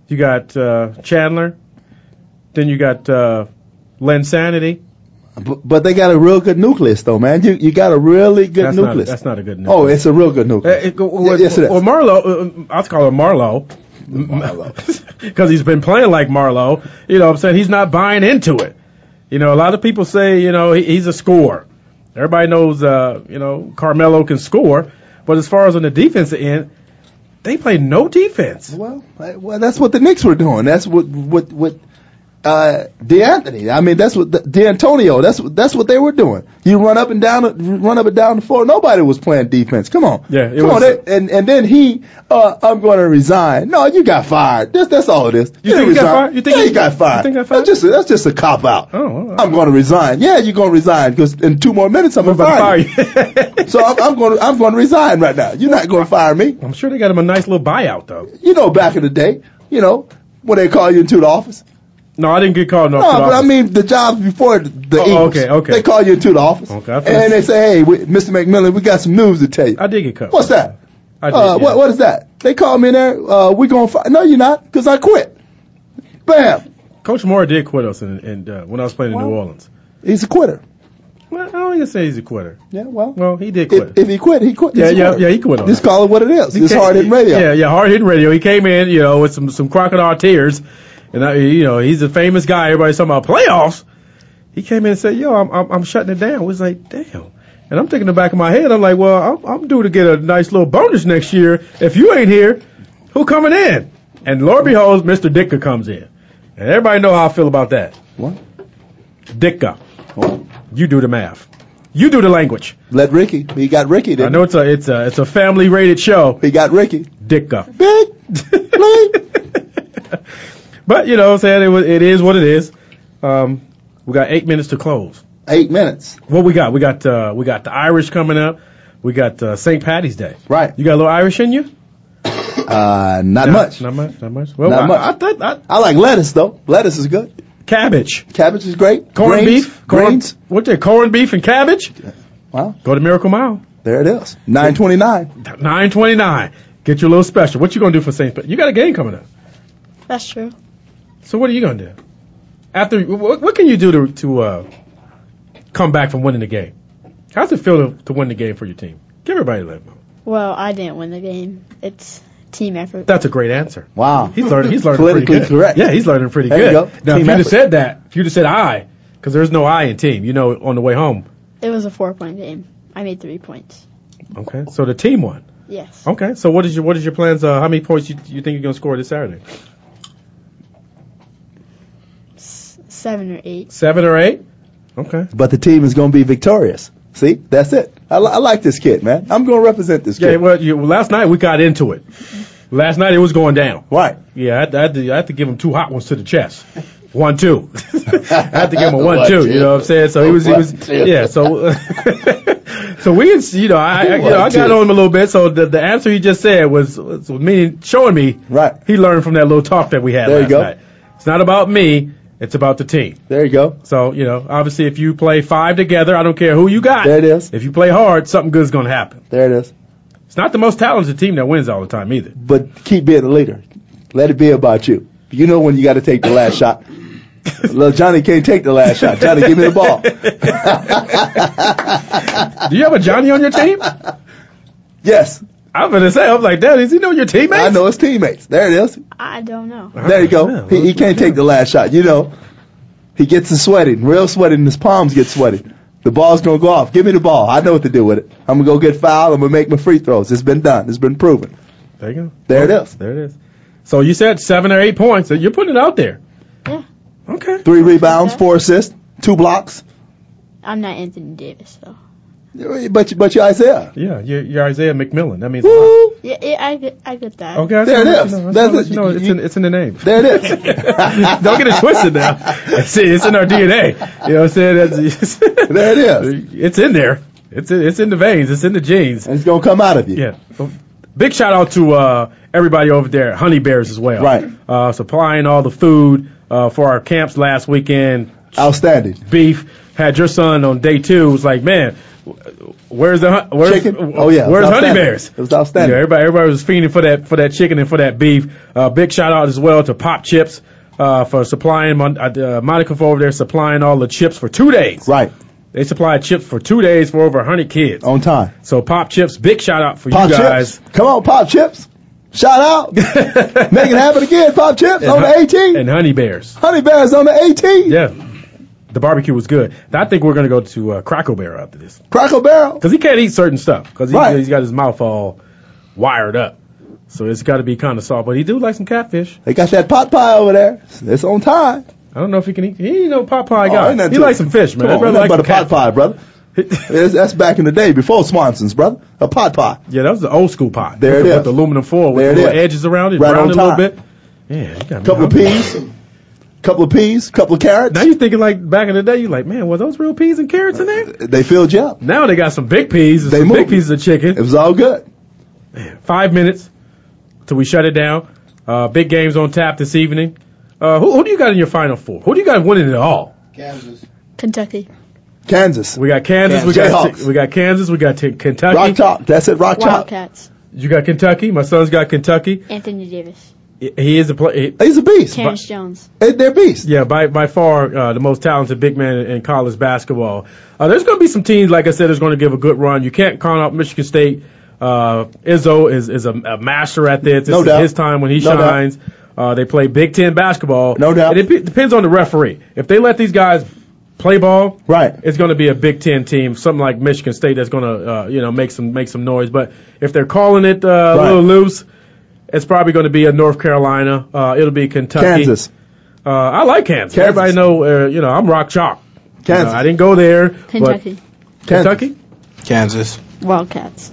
Speaker 5: You got uh, Chandler. Then you got uh, Len Sanity.
Speaker 6: But, but they got a real good nucleus though, man. You you got a really good
Speaker 5: That's not-
Speaker 6: nucleus.
Speaker 5: that's not a good
Speaker 6: Oh, it's a real good nucleus.
Speaker 5: Uh, it- or,
Speaker 6: yes, it is.
Speaker 5: or Marlo, uh, I'll call him Marlo. Because he's been playing like Marlo. You know what I'm saying? He's not buying into it. You know, a lot of people say, you know, he, he's a scorer. Everybody knows, uh, you know, Carmelo can score. But as far as on the defensive end, they play no defense.
Speaker 6: Well, Uh, Well, that's what the Knicks were doing. That's what what what uh, DeAnthony. I mean, that's what the, D'Antonio. That's what that's what they were doing. You run up and down, run up and down the floor. Nobody was playing defense. Come on,
Speaker 5: Yeah, it
Speaker 6: come
Speaker 5: was-
Speaker 6: on. That, and and then he, uh, I'm going to resign. No, you got fired. That's that's all it is.
Speaker 5: You think he got fired? You
Speaker 6: You
Speaker 5: think
Speaker 6: think yeah,
Speaker 5: he-
Speaker 6: you got
Speaker 5: you
Speaker 6: fired?
Speaker 5: think
Speaker 6: got fired? That's just a, that's just a cop out.
Speaker 5: Oh,
Speaker 6: I'm going to resign. Yeah, you're going to resign because in two more minutes I'm going to fire
Speaker 5: you.
Speaker 6: so I'm, I'm going to I'm going to resign right now. You're not going to fire me.
Speaker 5: I'm sure they got him a nice little buyout though.
Speaker 6: You know, back in the day, you know, when they call you into the office.
Speaker 5: No, I didn't get called.
Speaker 6: No,
Speaker 5: off the
Speaker 6: but I
Speaker 5: office.
Speaker 6: mean the jobs before the
Speaker 5: Oh,
Speaker 6: Eagles.
Speaker 5: okay, okay.
Speaker 6: They call you into the office.
Speaker 5: Okay, I
Speaker 6: and they say, hey, we, Mr. McMillan, we got some news to tell you. I
Speaker 5: did get cut.
Speaker 6: What's that?
Speaker 5: I did,
Speaker 6: uh,
Speaker 5: yeah.
Speaker 6: what, what is that? They called me in there. Uh, we going to fire. No, you're not, because I quit. Bam.
Speaker 5: Coach Moore did quit us in, in, uh, when I was playing in New Orleans.
Speaker 6: He's a quitter.
Speaker 5: Well, I don't even say he's a quitter.
Speaker 6: Yeah, well.
Speaker 5: Well, he did quit.
Speaker 6: If, if he quit, he quit.
Speaker 5: Yeah,
Speaker 6: He's a
Speaker 5: yeah,
Speaker 6: quitter.
Speaker 5: yeah, he quit on
Speaker 6: Just call it what it is. It's
Speaker 5: came-
Speaker 6: hard hitting radio.
Speaker 5: Yeah, yeah, hard hitting radio. He came in, you know, with some some crocodile tears, and I, you know, he's a famous guy. Everybody's talking about playoffs. He came in and said, "Yo, I'm I'm, I'm shutting it down." I was like, "Damn." And I'm thinking in the back of my head, I'm like, "Well, I'm, I'm due to get a nice little bonus next year. If you ain't here, who coming in?" And lo and behold, Mr. Ditka comes in, and everybody know how I feel about that.
Speaker 6: What?
Speaker 5: Ditka. You do the math. You do the language.
Speaker 6: Let Ricky. He got Ricky.
Speaker 5: I know it's a it's a it's a family rated show.
Speaker 6: He got Ricky.
Speaker 5: Dicka.
Speaker 6: Big.
Speaker 5: but you know, what I'm saying it, was, it is what it is. Um, we got eight minutes to close.
Speaker 6: Eight minutes.
Speaker 5: What we got? We got uh, we got the Irish coming up. We got uh, St. Patty's Day.
Speaker 6: Right.
Speaker 5: You got a little Irish in you?
Speaker 6: Uh, not much.
Speaker 5: Not much. Not much. Well,
Speaker 6: Not
Speaker 5: I,
Speaker 6: much.
Speaker 5: I thought I,
Speaker 6: I like lettuce though. Lettuce is good.
Speaker 5: Cabbage.
Speaker 6: Cabbage is great.
Speaker 5: corned
Speaker 6: Greens.
Speaker 5: beef. Corn,
Speaker 6: Greens.
Speaker 5: What's that? Corned beef and cabbage.
Speaker 6: Wow.
Speaker 5: Go to Miracle Mile.
Speaker 6: There it is. Nine twenty nine.
Speaker 5: Nine twenty nine. Get your little special. What you gonna do for St. Pat? You got a game coming up.
Speaker 8: That's true.
Speaker 5: So what are you gonna do after? What, what can you do to to uh, come back from winning the game? How's it feel to, to win the game for your team? Give everybody a little. bit.
Speaker 8: Well, I didn't win the game. It's team effort.
Speaker 5: That's a great answer.
Speaker 6: Wow.
Speaker 5: He's learning. He's learning
Speaker 6: Politically
Speaker 5: pretty good.
Speaker 6: correct.
Speaker 5: Yeah, he's learning pretty
Speaker 6: There you
Speaker 5: good.
Speaker 6: go.
Speaker 5: Now,
Speaker 6: Team
Speaker 5: if you'd have
Speaker 6: effort.
Speaker 5: said that, if you'd have said I, because there's no I in team, you know, on the way home.
Speaker 8: It was a four point game. I made three points.
Speaker 5: Okay. So the team won.
Speaker 8: Yes.
Speaker 5: Okay. So what is your what is your plans? Uh, how many points you you think you're gonna score this Saturday?
Speaker 8: Seven or eight.
Speaker 5: Seven or eight? Okay.
Speaker 6: But the team is going to be victorious. See, that's it. I, li- I like this kid, man. I'm going to represent this
Speaker 5: Yeah.
Speaker 6: kid.
Speaker 5: Well, you, well, last night we got into it. Last night it was going down.
Speaker 6: Right.
Speaker 5: Yeah, I had, to, I, had to, I had to give him two hot ones to the chest. One two. I had to give him a one two. You know what I'm saying? So he was he was yeah. So So we, had- you know, I, I, you know, I got on him a little bit. So the, the answer he just said was, was me showing me. Right. He learned from that little talk that we had
Speaker 6: There you
Speaker 5: last
Speaker 6: go.
Speaker 5: night. It's not about me. It's about the team. There you go. So you know, obviously, if you play five together, I don't care who you got. There it is. If you play hard, something good's gonna happen. There it is. It's not the most talented team that wins all the time either.
Speaker 6: But keep being a leader. Let it be about you. You know when you got to take the last shot. Little Johnny can't take the last shot. Johnny, give me the ball.
Speaker 5: Do you have a Johnny on your team? yes. I'm gonna say, I'm like, Dad, is he know your teammates? I know his teammates. There it is.
Speaker 8: I don't know.
Speaker 6: There you go. He, he can't take the last shot. You know, he gets it sweating, real sweating. His palms get sweaty. The ball's gonna go off. Give me the ball. I know what to do with it. I'm gonna go get fouled. I'm gonna make my free throws. It's been done. It's been proven.
Speaker 5: There you go.
Speaker 6: There it is.
Speaker 5: There it is. So you said seven or eight points. So you're putting it out there.
Speaker 6: Three rebounds, four assists, two blocks.
Speaker 8: I'm not Anthony Davis though.
Speaker 6: But you, but you Isaiah.
Speaker 5: Yeah, you're, you're Isaiah McMillan. That means
Speaker 8: Yeah, yeah I get, I get that.
Speaker 5: okay. I just
Speaker 8: There it
Speaker 5: wanna let
Speaker 8: is.
Speaker 5: You know, I just wanna let you
Speaker 8: That's
Speaker 5: know, it's in it's in the name.
Speaker 6: There it is.
Speaker 5: Don't get it twisted now. See, it's in our DNA. You know what I'm saying? That's,
Speaker 6: there it
Speaker 5: is. It's in there. It's in, it's in the veins. It's in the genes.
Speaker 6: it's gonna come out of you.
Speaker 5: Yeah. So, Big shout out to uh, everybody over there, at Honey Bears as well. Right. Uh, supplying all the food uh, for our camps last weekend.
Speaker 6: Outstanding.
Speaker 5: Beef had your son on day two. Was like, man, where's the hu- where's,
Speaker 6: Oh, yeah. It was
Speaker 5: where's Honey
Speaker 6: outstanding.
Speaker 5: Bears?
Speaker 6: It was outstanding.
Speaker 5: Yeah, everybody, everybody was fiending for that for that chicken and for that beef. Uh, big shout out as well to Pop Chips uh, for supplying Mon- uh, uh, Monica for over there supplying all the chips for two days.
Speaker 6: Right.
Speaker 5: They supplied chips for two days for over 100 kids
Speaker 6: on time.
Speaker 5: So Pop Chips, big shout out for
Speaker 6: Pop
Speaker 5: you guys.
Speaker 6: chips. Come on, pop chips. Shout out. Make it happen again. Pop chips
Speaker 5: And
Speaker 6: on the
Speaker 5: Hon-
Speaker 6: 18.
Speaker 5: and Honey Bears.
Speaker 6: Honey Bears on the 18.
Speaker 5: Yeah, the barbecue was good. I think we're gonna go to uh, Crackle Barrel after this.
Speaker 6: Crackle Barrel
Speaker 5: because he can't eat certain stuff because he,
Speaker 6: Right.
Speaker 5: he's got his mouth all wired up. So it's got to be kind of soft, but he do like some catfish.
Speaker 6: They got that pot pie over there. It's on time.
Speaker 5: I don't know if he can eat. He ain't no pot pie
Speaker 6: Oh,
Speaker 5: guy.
Speaker 6: ain't nothing
Speaker 5: he
Speaker 6: to
Speaker 5: likes
Speaker 6: it.
Speaker 5: some fish, man.
Speaker 6: Come
Speaker 5: I'd
Speaker 6: on,
Speaker 5: rather
Speaker 6: nothing
Speaker 5: like
Speaker 6: but a pot
Speaker 5: some catfish.
Speaker 6: pie, brother. that's, that's back in the day before Swanson's, brother. A pot pie.
Speaker 5: Yeah, that was the old school pot.
Speaker 6: There
Speaker 5: with
Speaker 6: it
Speaker 5: the,
Speaker 6: is.
Speaker 5: With the aluminum foil with
Speaker 6: There it
Speaker 5: the little
Speaker 6: is.
Speaker 5: edges around it,
Speaker 6: Right
Speaker 5: brown
Speaker 6: on
Speaker 5: it a little
Speaker 6: top.
Speaker 5: bit. Yeah, you got me
Speaker 6: Couple of
Speaker 5: hungry.
Speaker 6: peas. Couple of peas. Couple of carrots.
Speaker 5: Now you're thinking like back in the day. You're like, man, were those real peas and carrots in there?
Speaker 6: They filled you up.
Speaker 5: Now they got some big peas and
Speaker 6: Uh, They
Speaker 5: some big
Speaker 6: moving.
Speaker 5: pieces of chicken. It
Speaker 6: was all good.
Speaker 5: Five minutes till we shut it down. Uh, big games on tap this evening. Uh, who, who do you got in your final four? Who do you got winning it all?
Speaker 8: Kansas. Kentucky.
Speaker 6: Kansas.
Speaker 5: We got Kansas. We got
Speaker 6: Jayhawks.
Speaker 5: we got Kansas. We got t- Kentucky.
Speaker 6: Rock Chalk. That's it, Rock Chalk.
Speaker 8: Wildcats.
Speaker 5: You got Kentucky. My son's got Kentucky.
Speaker 8: Anthony Davis.
Speaker 5: He- He is a play.
Speaker 6: He's a beast.
Speaker 8: Terrence Jones.
Speaker 6: They're beasts.
Speaker 5: Yeah, by by far uh, the most talented big man in, in college basketball. Uh, there's going to be some teams, like I said, that's going to give a good run. You can't count out Michigan State. Uh, Izzo is is a, a master at this.
Speaker 6: No
Speaker 5: This is
Speaker 6: doubt.
Speaker 5: His time when he
Speaker 6: No doubt.
Speaker 5: shines. Uh, they play Big Ten basketball. No doubt. And it pe- depends on the referee. If they let these guys play ball,
Speaker 6: right,
Speaker 5: it's going to be a Big Ten team, something like Michigan State that's going to uh, you know make some make some noise. But if they're calling it uh, a little loose, it's probably going to be a North Carolina. Uh, it'll be Kentucky.
Speaker 6: Kansas.
Speaker 5: Uh, I like Kansas. Everybody know, uh, you know, I'm rock chalk.
Speaker 6: Kansas.
Speaker 5: You know, I didn't go there.
Speaker 8: Kentucky.
Speaker 5: But Kentucky?
Speaker 11: Kansas.
Speaker 8: Wildcats.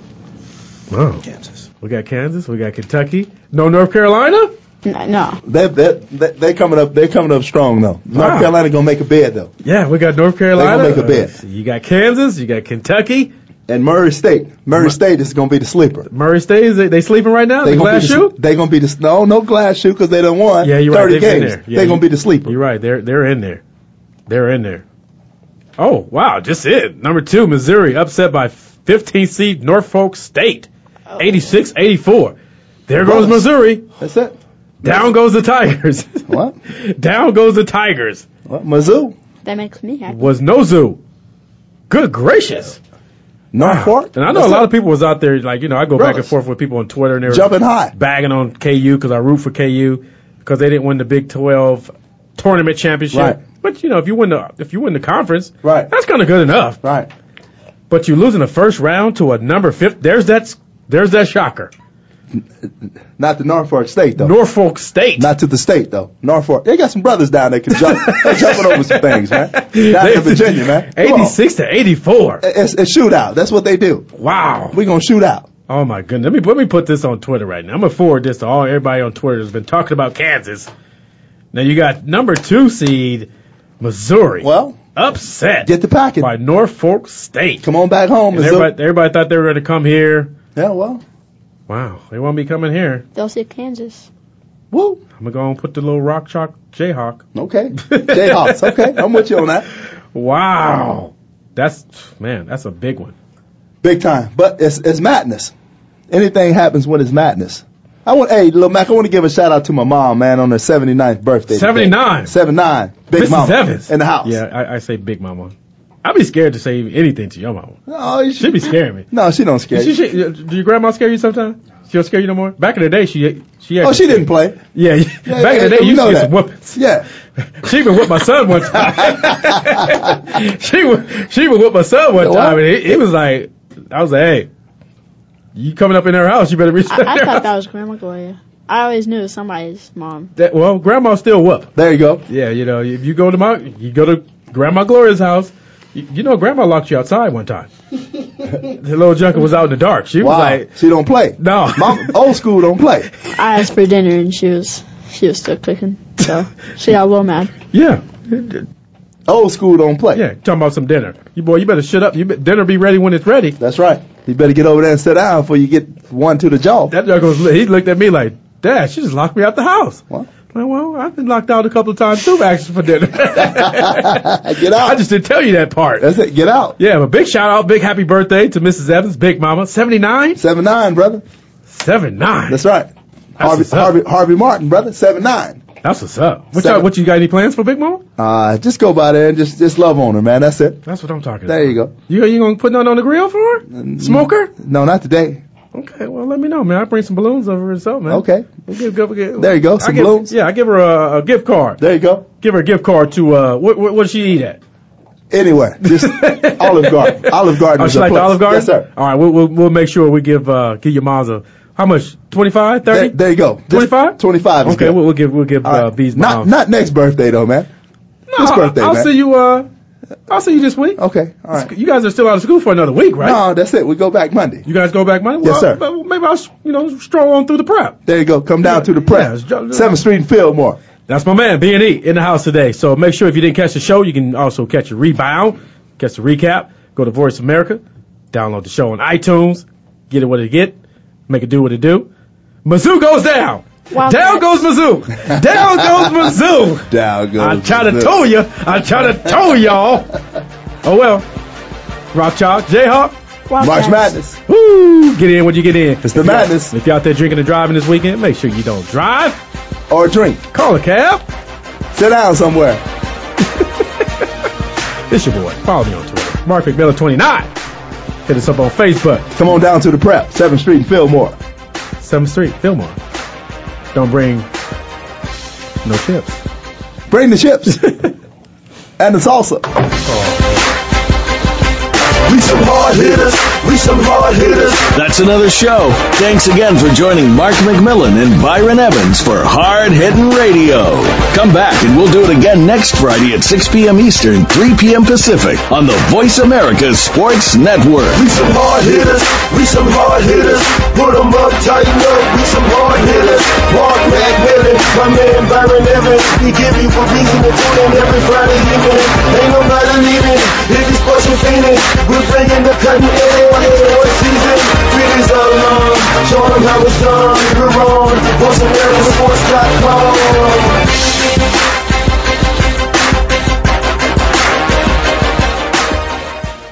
Speaker 5: Wow. Kansas. We got Kansas. We got Kentucky. No North Carolina?
Speaker 8: No.
Speaker 6: They they they they coming up. They're coming up strong though. North Carolina gonna make a bid though.
Speaker 5: Yeah, we got North
Speaker 6: They
Speaker 5: Carolina.
Speaker 6: gonna make a
Speaker 5: Uh,
Speaker 6: bid.
Speaker 5: you got Kansas. You got Kentucky.
Speaker 6: And Murray State. Murray State is gonna be the sleeper.
Speaker 5: Murray State is they, they sleeping right now? the glass
Speaker 6: be the,
Speaker 5: shoe?
Speaker 6: They gonna be the no no glass shoe because they done won.
Speaker 5: Yeah, you're right.
Speaker 6: Thirty
Speaker 5: They've been
Speaker 6: games.
Speaker 5: there. Yeah,
Speaker 6: they
Speaker 5: you-
Speaker 6: gonna be the sleeper.
Speaker 5: You're right. They're they're in there. They're in there. Oh wow, just it. Number two, Missouri upset by 15 seed Norfolk State, 86-84. There goes Missouri.
Speaker 6: That's it.
Speaker 5: Down goes the Tigers.
Speaker 6: What?
Speaker 5: Down goes the Tigers.
Speaker 6: What? Mizzou
Speaker 8: That makes me happy.
Speaker 5: was no zoo. Good gracious.
Speaker 6: Norfolk.
Speaker 5: Ah, And I know a lot of people was out there like you know I go back and
Speaker 6: Brothers.
Speaker 5: forth with people on Twitter and they were
Speaker 6: Jumping high.
Speaker 5: bagging on KU because I root for KU because they didn't win the Big 12 tournament championship.
Speaker 6: Right.
Speaker 5: But you know if you win the if you win the conference,
Speaker 6: Right.
Speaker 5: that's kind of good enough.
Speaker 6: Right.
Speaker 5: But you lose in the first round to a number fifth. There's that there's that shocker.
Speaker 6: Not the Norfolk State though.
Speaker 5: Norfolk State.
Speaker 6: Not to the state though. Norfolk. They got some brothers down there can jump. they jumping over some things, man. Down in Virginia, man. Come on.
Speaker 5: 86 to 84.
Speaker 6: It's, it's shootout. That's what they do.
Speaker 5: Wow.
Speaker 6: We're gonna shoot out.
Speaker 5: Oh my goodness. Let me let me put this on Twitter right now. I'm gonna forward this to all everybody on Twitter that's been talking about Kansas. Now you got number two seed Missouri.
Speaker 6: Well,
Speaker 5: upset.
Speaker 6: Get the packet.
Speaker 5: By Norfolk State.
Speaker 6: Come on back home.
Speaker 5: And
Speaker 6: Mizzou.
Speaker 5: everybody, everybody thought they were going to come here.
Speaker 6: Yeah, well.
Speaker 5: Wow, they won't be coming here.
Speaker 8: They'll say Kansas.
Speaker 6: Woo!
Speaker 5: I'm gonna go and put the little rock chalk Jayhawk.
Speaker 6: Okay, Jayhawks. Okay, I'm with you on that.
Speaker 5: Wow, that's man, that's a big one.
Speaker 6: Big time. But it's, it's madness. Anything happens when it's madness. I want, hey, Lil Mac, I want to give a shout out to my mom, man, on her 79th birthday. today.
Speaker 5: 79?
Speaker 6: 79. Big
Speaker 5: Mrs.
Speaker 6: mama.
Speaker 5: Evans.
Speaker 6: In the house.
Speaker 5: Yeah, I, I say Big Mama. I'd be scared to say anything to your mama.
Speaker 6: Oh, you
Speaker 5: She'd be scaring me.
Speaker 6: No, she don't scare
Speaker 5: She-
Speaker 6: you.
Speaker 5: she- do your grandma scare you sometimes? She don't scare you no more. Back in the day, she she.
Speaker 6: Oh, she didn't play.
Speaker 5: Yeah,
Speaker 6: Yeah,
Speaker 5: back in the
Speaker 6: yeah,
Speaker 5: day,
Speaker 6: we
Speaker 5: you used
Speaker 6: know
Speaker 5: to get
Speaker 6: that.
Speaker 5: some whoopings.
Speaker 6: Yeah.
Speaker 5: she even whipped my son one time. she would she would whip my son one time, and it, it was like I was like, hey, you coming up in her house? You better reach.
Speaker 8: I, I thought that was Grandma Gloria. I always knew it was somebody's mom.
Speaker 5: That, well, grandma still whoop.
Speaker 6: There you go.
Speaker 5: Yeah, you know, if you go to my, you go to Grandma Gloria's house. You, you know, Grandma locked you outside one time. the little junkie was out in the dark. She
Speaker 6: Wow.
Speaker 5: was like,
Speaker 6: she don't play.
Speaker 5: No,
Speaker 6: Mom, oh, old school don't play.
Speaker 8: I asked for dinner and she was she was still cooking, so she got a little mad.
Speaker 5: yeah,
Speaker 6: Old school don't play.
Speaker 5: yeah. Talking about some dinner. You boy, you better shut up. You be, dinner be ready when it's ready.
Speaker 6: That's right. You better get over there and sit down before you get one to the jaw.
Speaker 5: That junkie was. He looked at me like, Dad, she just locked me out the house.
Speaker 6: What?
Speaker 5: Like, well, I've been locked out a couple of times too, actually, for dinner.
Speaker 6: Get out.
Speaker 5: I just didn't tell you that part.
Speaker 6: That's it. Get out.
Speaker 5: Yeah, but big shout out, big happy birthday to Mrs. Evans, Big Mama, 79?
Speaker 6: Seven nine, brother.
Speaker 5: 79.
Speaker 6: That's right. Harvey,
Speaker 5: what's up.
Speaker 6: Harvey, Harvey Martin, brother. Seven nine.
Speaker 5: That's what's up. What,
Speaker 6: Seven.
Speaker 5: y'all, what you got any plans for Big Mama?
Speaker 6: Uh, just go by there and just just love on her, man. That's it.
Speaker 5: That's what I'm talking
Speaker 6: There
Speaker 5: about.
Speaker 6: you go. Mm.
Speaker 5: You, you gonna put none on the grill for her? Smoker?
Speaker 6: No, not today.
Speaker 5: Okay, well let me know, man. I will bring some balloons over and something, man.
Speaker 6: Okay.
Speaker 5: We'll give, give, give-
Speaker 6: There you go,
Speaker 5: I
Speaker 6: some
Speaker 5: give-
Speaker 6: balloons.
Speaker 5: Yeah, I give her a, a gift card.
Speaker 6: There you go.
Speaker 5: Give her a gift card to uh, what what what she eat at?
Speaker 6: Anyway, just Olive Garden. Olive Garden.
Speaker 5: Oh,
Speaker 6: is
Speaker 5: she
Speaker 6: a
Speaker 5: like the
Speaker 6: place.
Speaker 5: Olive Garden.
Speaker 6: Yes, sir.
Speaker 5: All right, we'll we'll, we'll make sure we give uh, give your mom's a how much? 25, 30?
Speaker 6: There, there you go. Just
Speaker 5: 25?
Speaker 6: 25 is
Speaker 5: Okay,
Speaker 6: good.
Speaker 5: we'll, we'll give we'll give
Speaker 6: All right.
Speaker 5: uh, B's
Speaker 6: not
Speaker 5: mom.
Speaker 6: not next birthday though, man. this
Speaker 5: I'll-
Speaker 6: birthday,
Speaker 5: I'll
Speaker 6: man.
Speaker 5: see you. Uh, I'll see you this week.
Speaker 6: Okay. All right.
Speaker 5: You guys are still out of school for another week, right?
Speaker 6: No, that's it. We go back Monday.
Speaker 5: You guys go back Monday.
Speaker 6: Yes, sir.
Speaker 5: Well, maybe I'll you know stroll on through the prep.
Speaker 6: There you go. Come down to the press.
Speaker 5: yeah, it's-
Speaker 6: Seventh Street and Fillmore.
Speaker 5: That's my man B and E in the house today. So make sure if you didn't catch the show, you can also catch a rebound, catch the recap. Go to Voice America, download the show on iTunes, get it what it get, make it do what it do. Mizzou goes down.
Speaker 8: Wow.
Speaker 5: Down goes Mizzou. Down goes Mizzou.
Speaker 6: Down goes.
Speaker 5: I try to
Speaker 6: the-
Speaker 5: tell you. I try to tell y'all. Oh well. Rock Chalk, Jayhawk.
Speaker 6: March Madness.
Speaker 5: Woo! Get in when you get in.
Speaker 6: It's the madness.
Speaker 5: If you're out there drinking and driving this weekend, make sure you don't drive.
Speaker 6: Or drink.
Speaker 5: Call a cab.
Speaker 6: Sit down somewhere.
Speaker 5: It's your boy. Follow me on Twitter. Mark McMillan29. Hit us up on Facebook.
Speaker 6: Come on down to the prep. Seventh Street and Fillmore.
Speaker 5: 7th Street, Fillmore. Don't bring no chips.
Speaker 6: Bring the chips and the salsa.
Speaker 3: We some hard hitters. We some hard hitters.
Speaker 4: That's another show. Thanks again for joining Mark McMillan and Byron Evans for Hard Hitting Radio. Come back and we'll do it again next Friday at 6 p.m. Eastern, 3 p.m. Pacific on the Voice America Sports Network.
Speaker 3: We some hard hitters. We some hard hitters. Put 'em up, tighten up. We some hard hitters. Mark McMillan, my man Byron Evans. We give you a reason to tune in every Friday evening. Ain't nobody leaving. If you sports and Phoenix, we're bringing the cutting edge. One season, three days alone. Show 'em how it's done. We're on VoiceAmericaSports.com.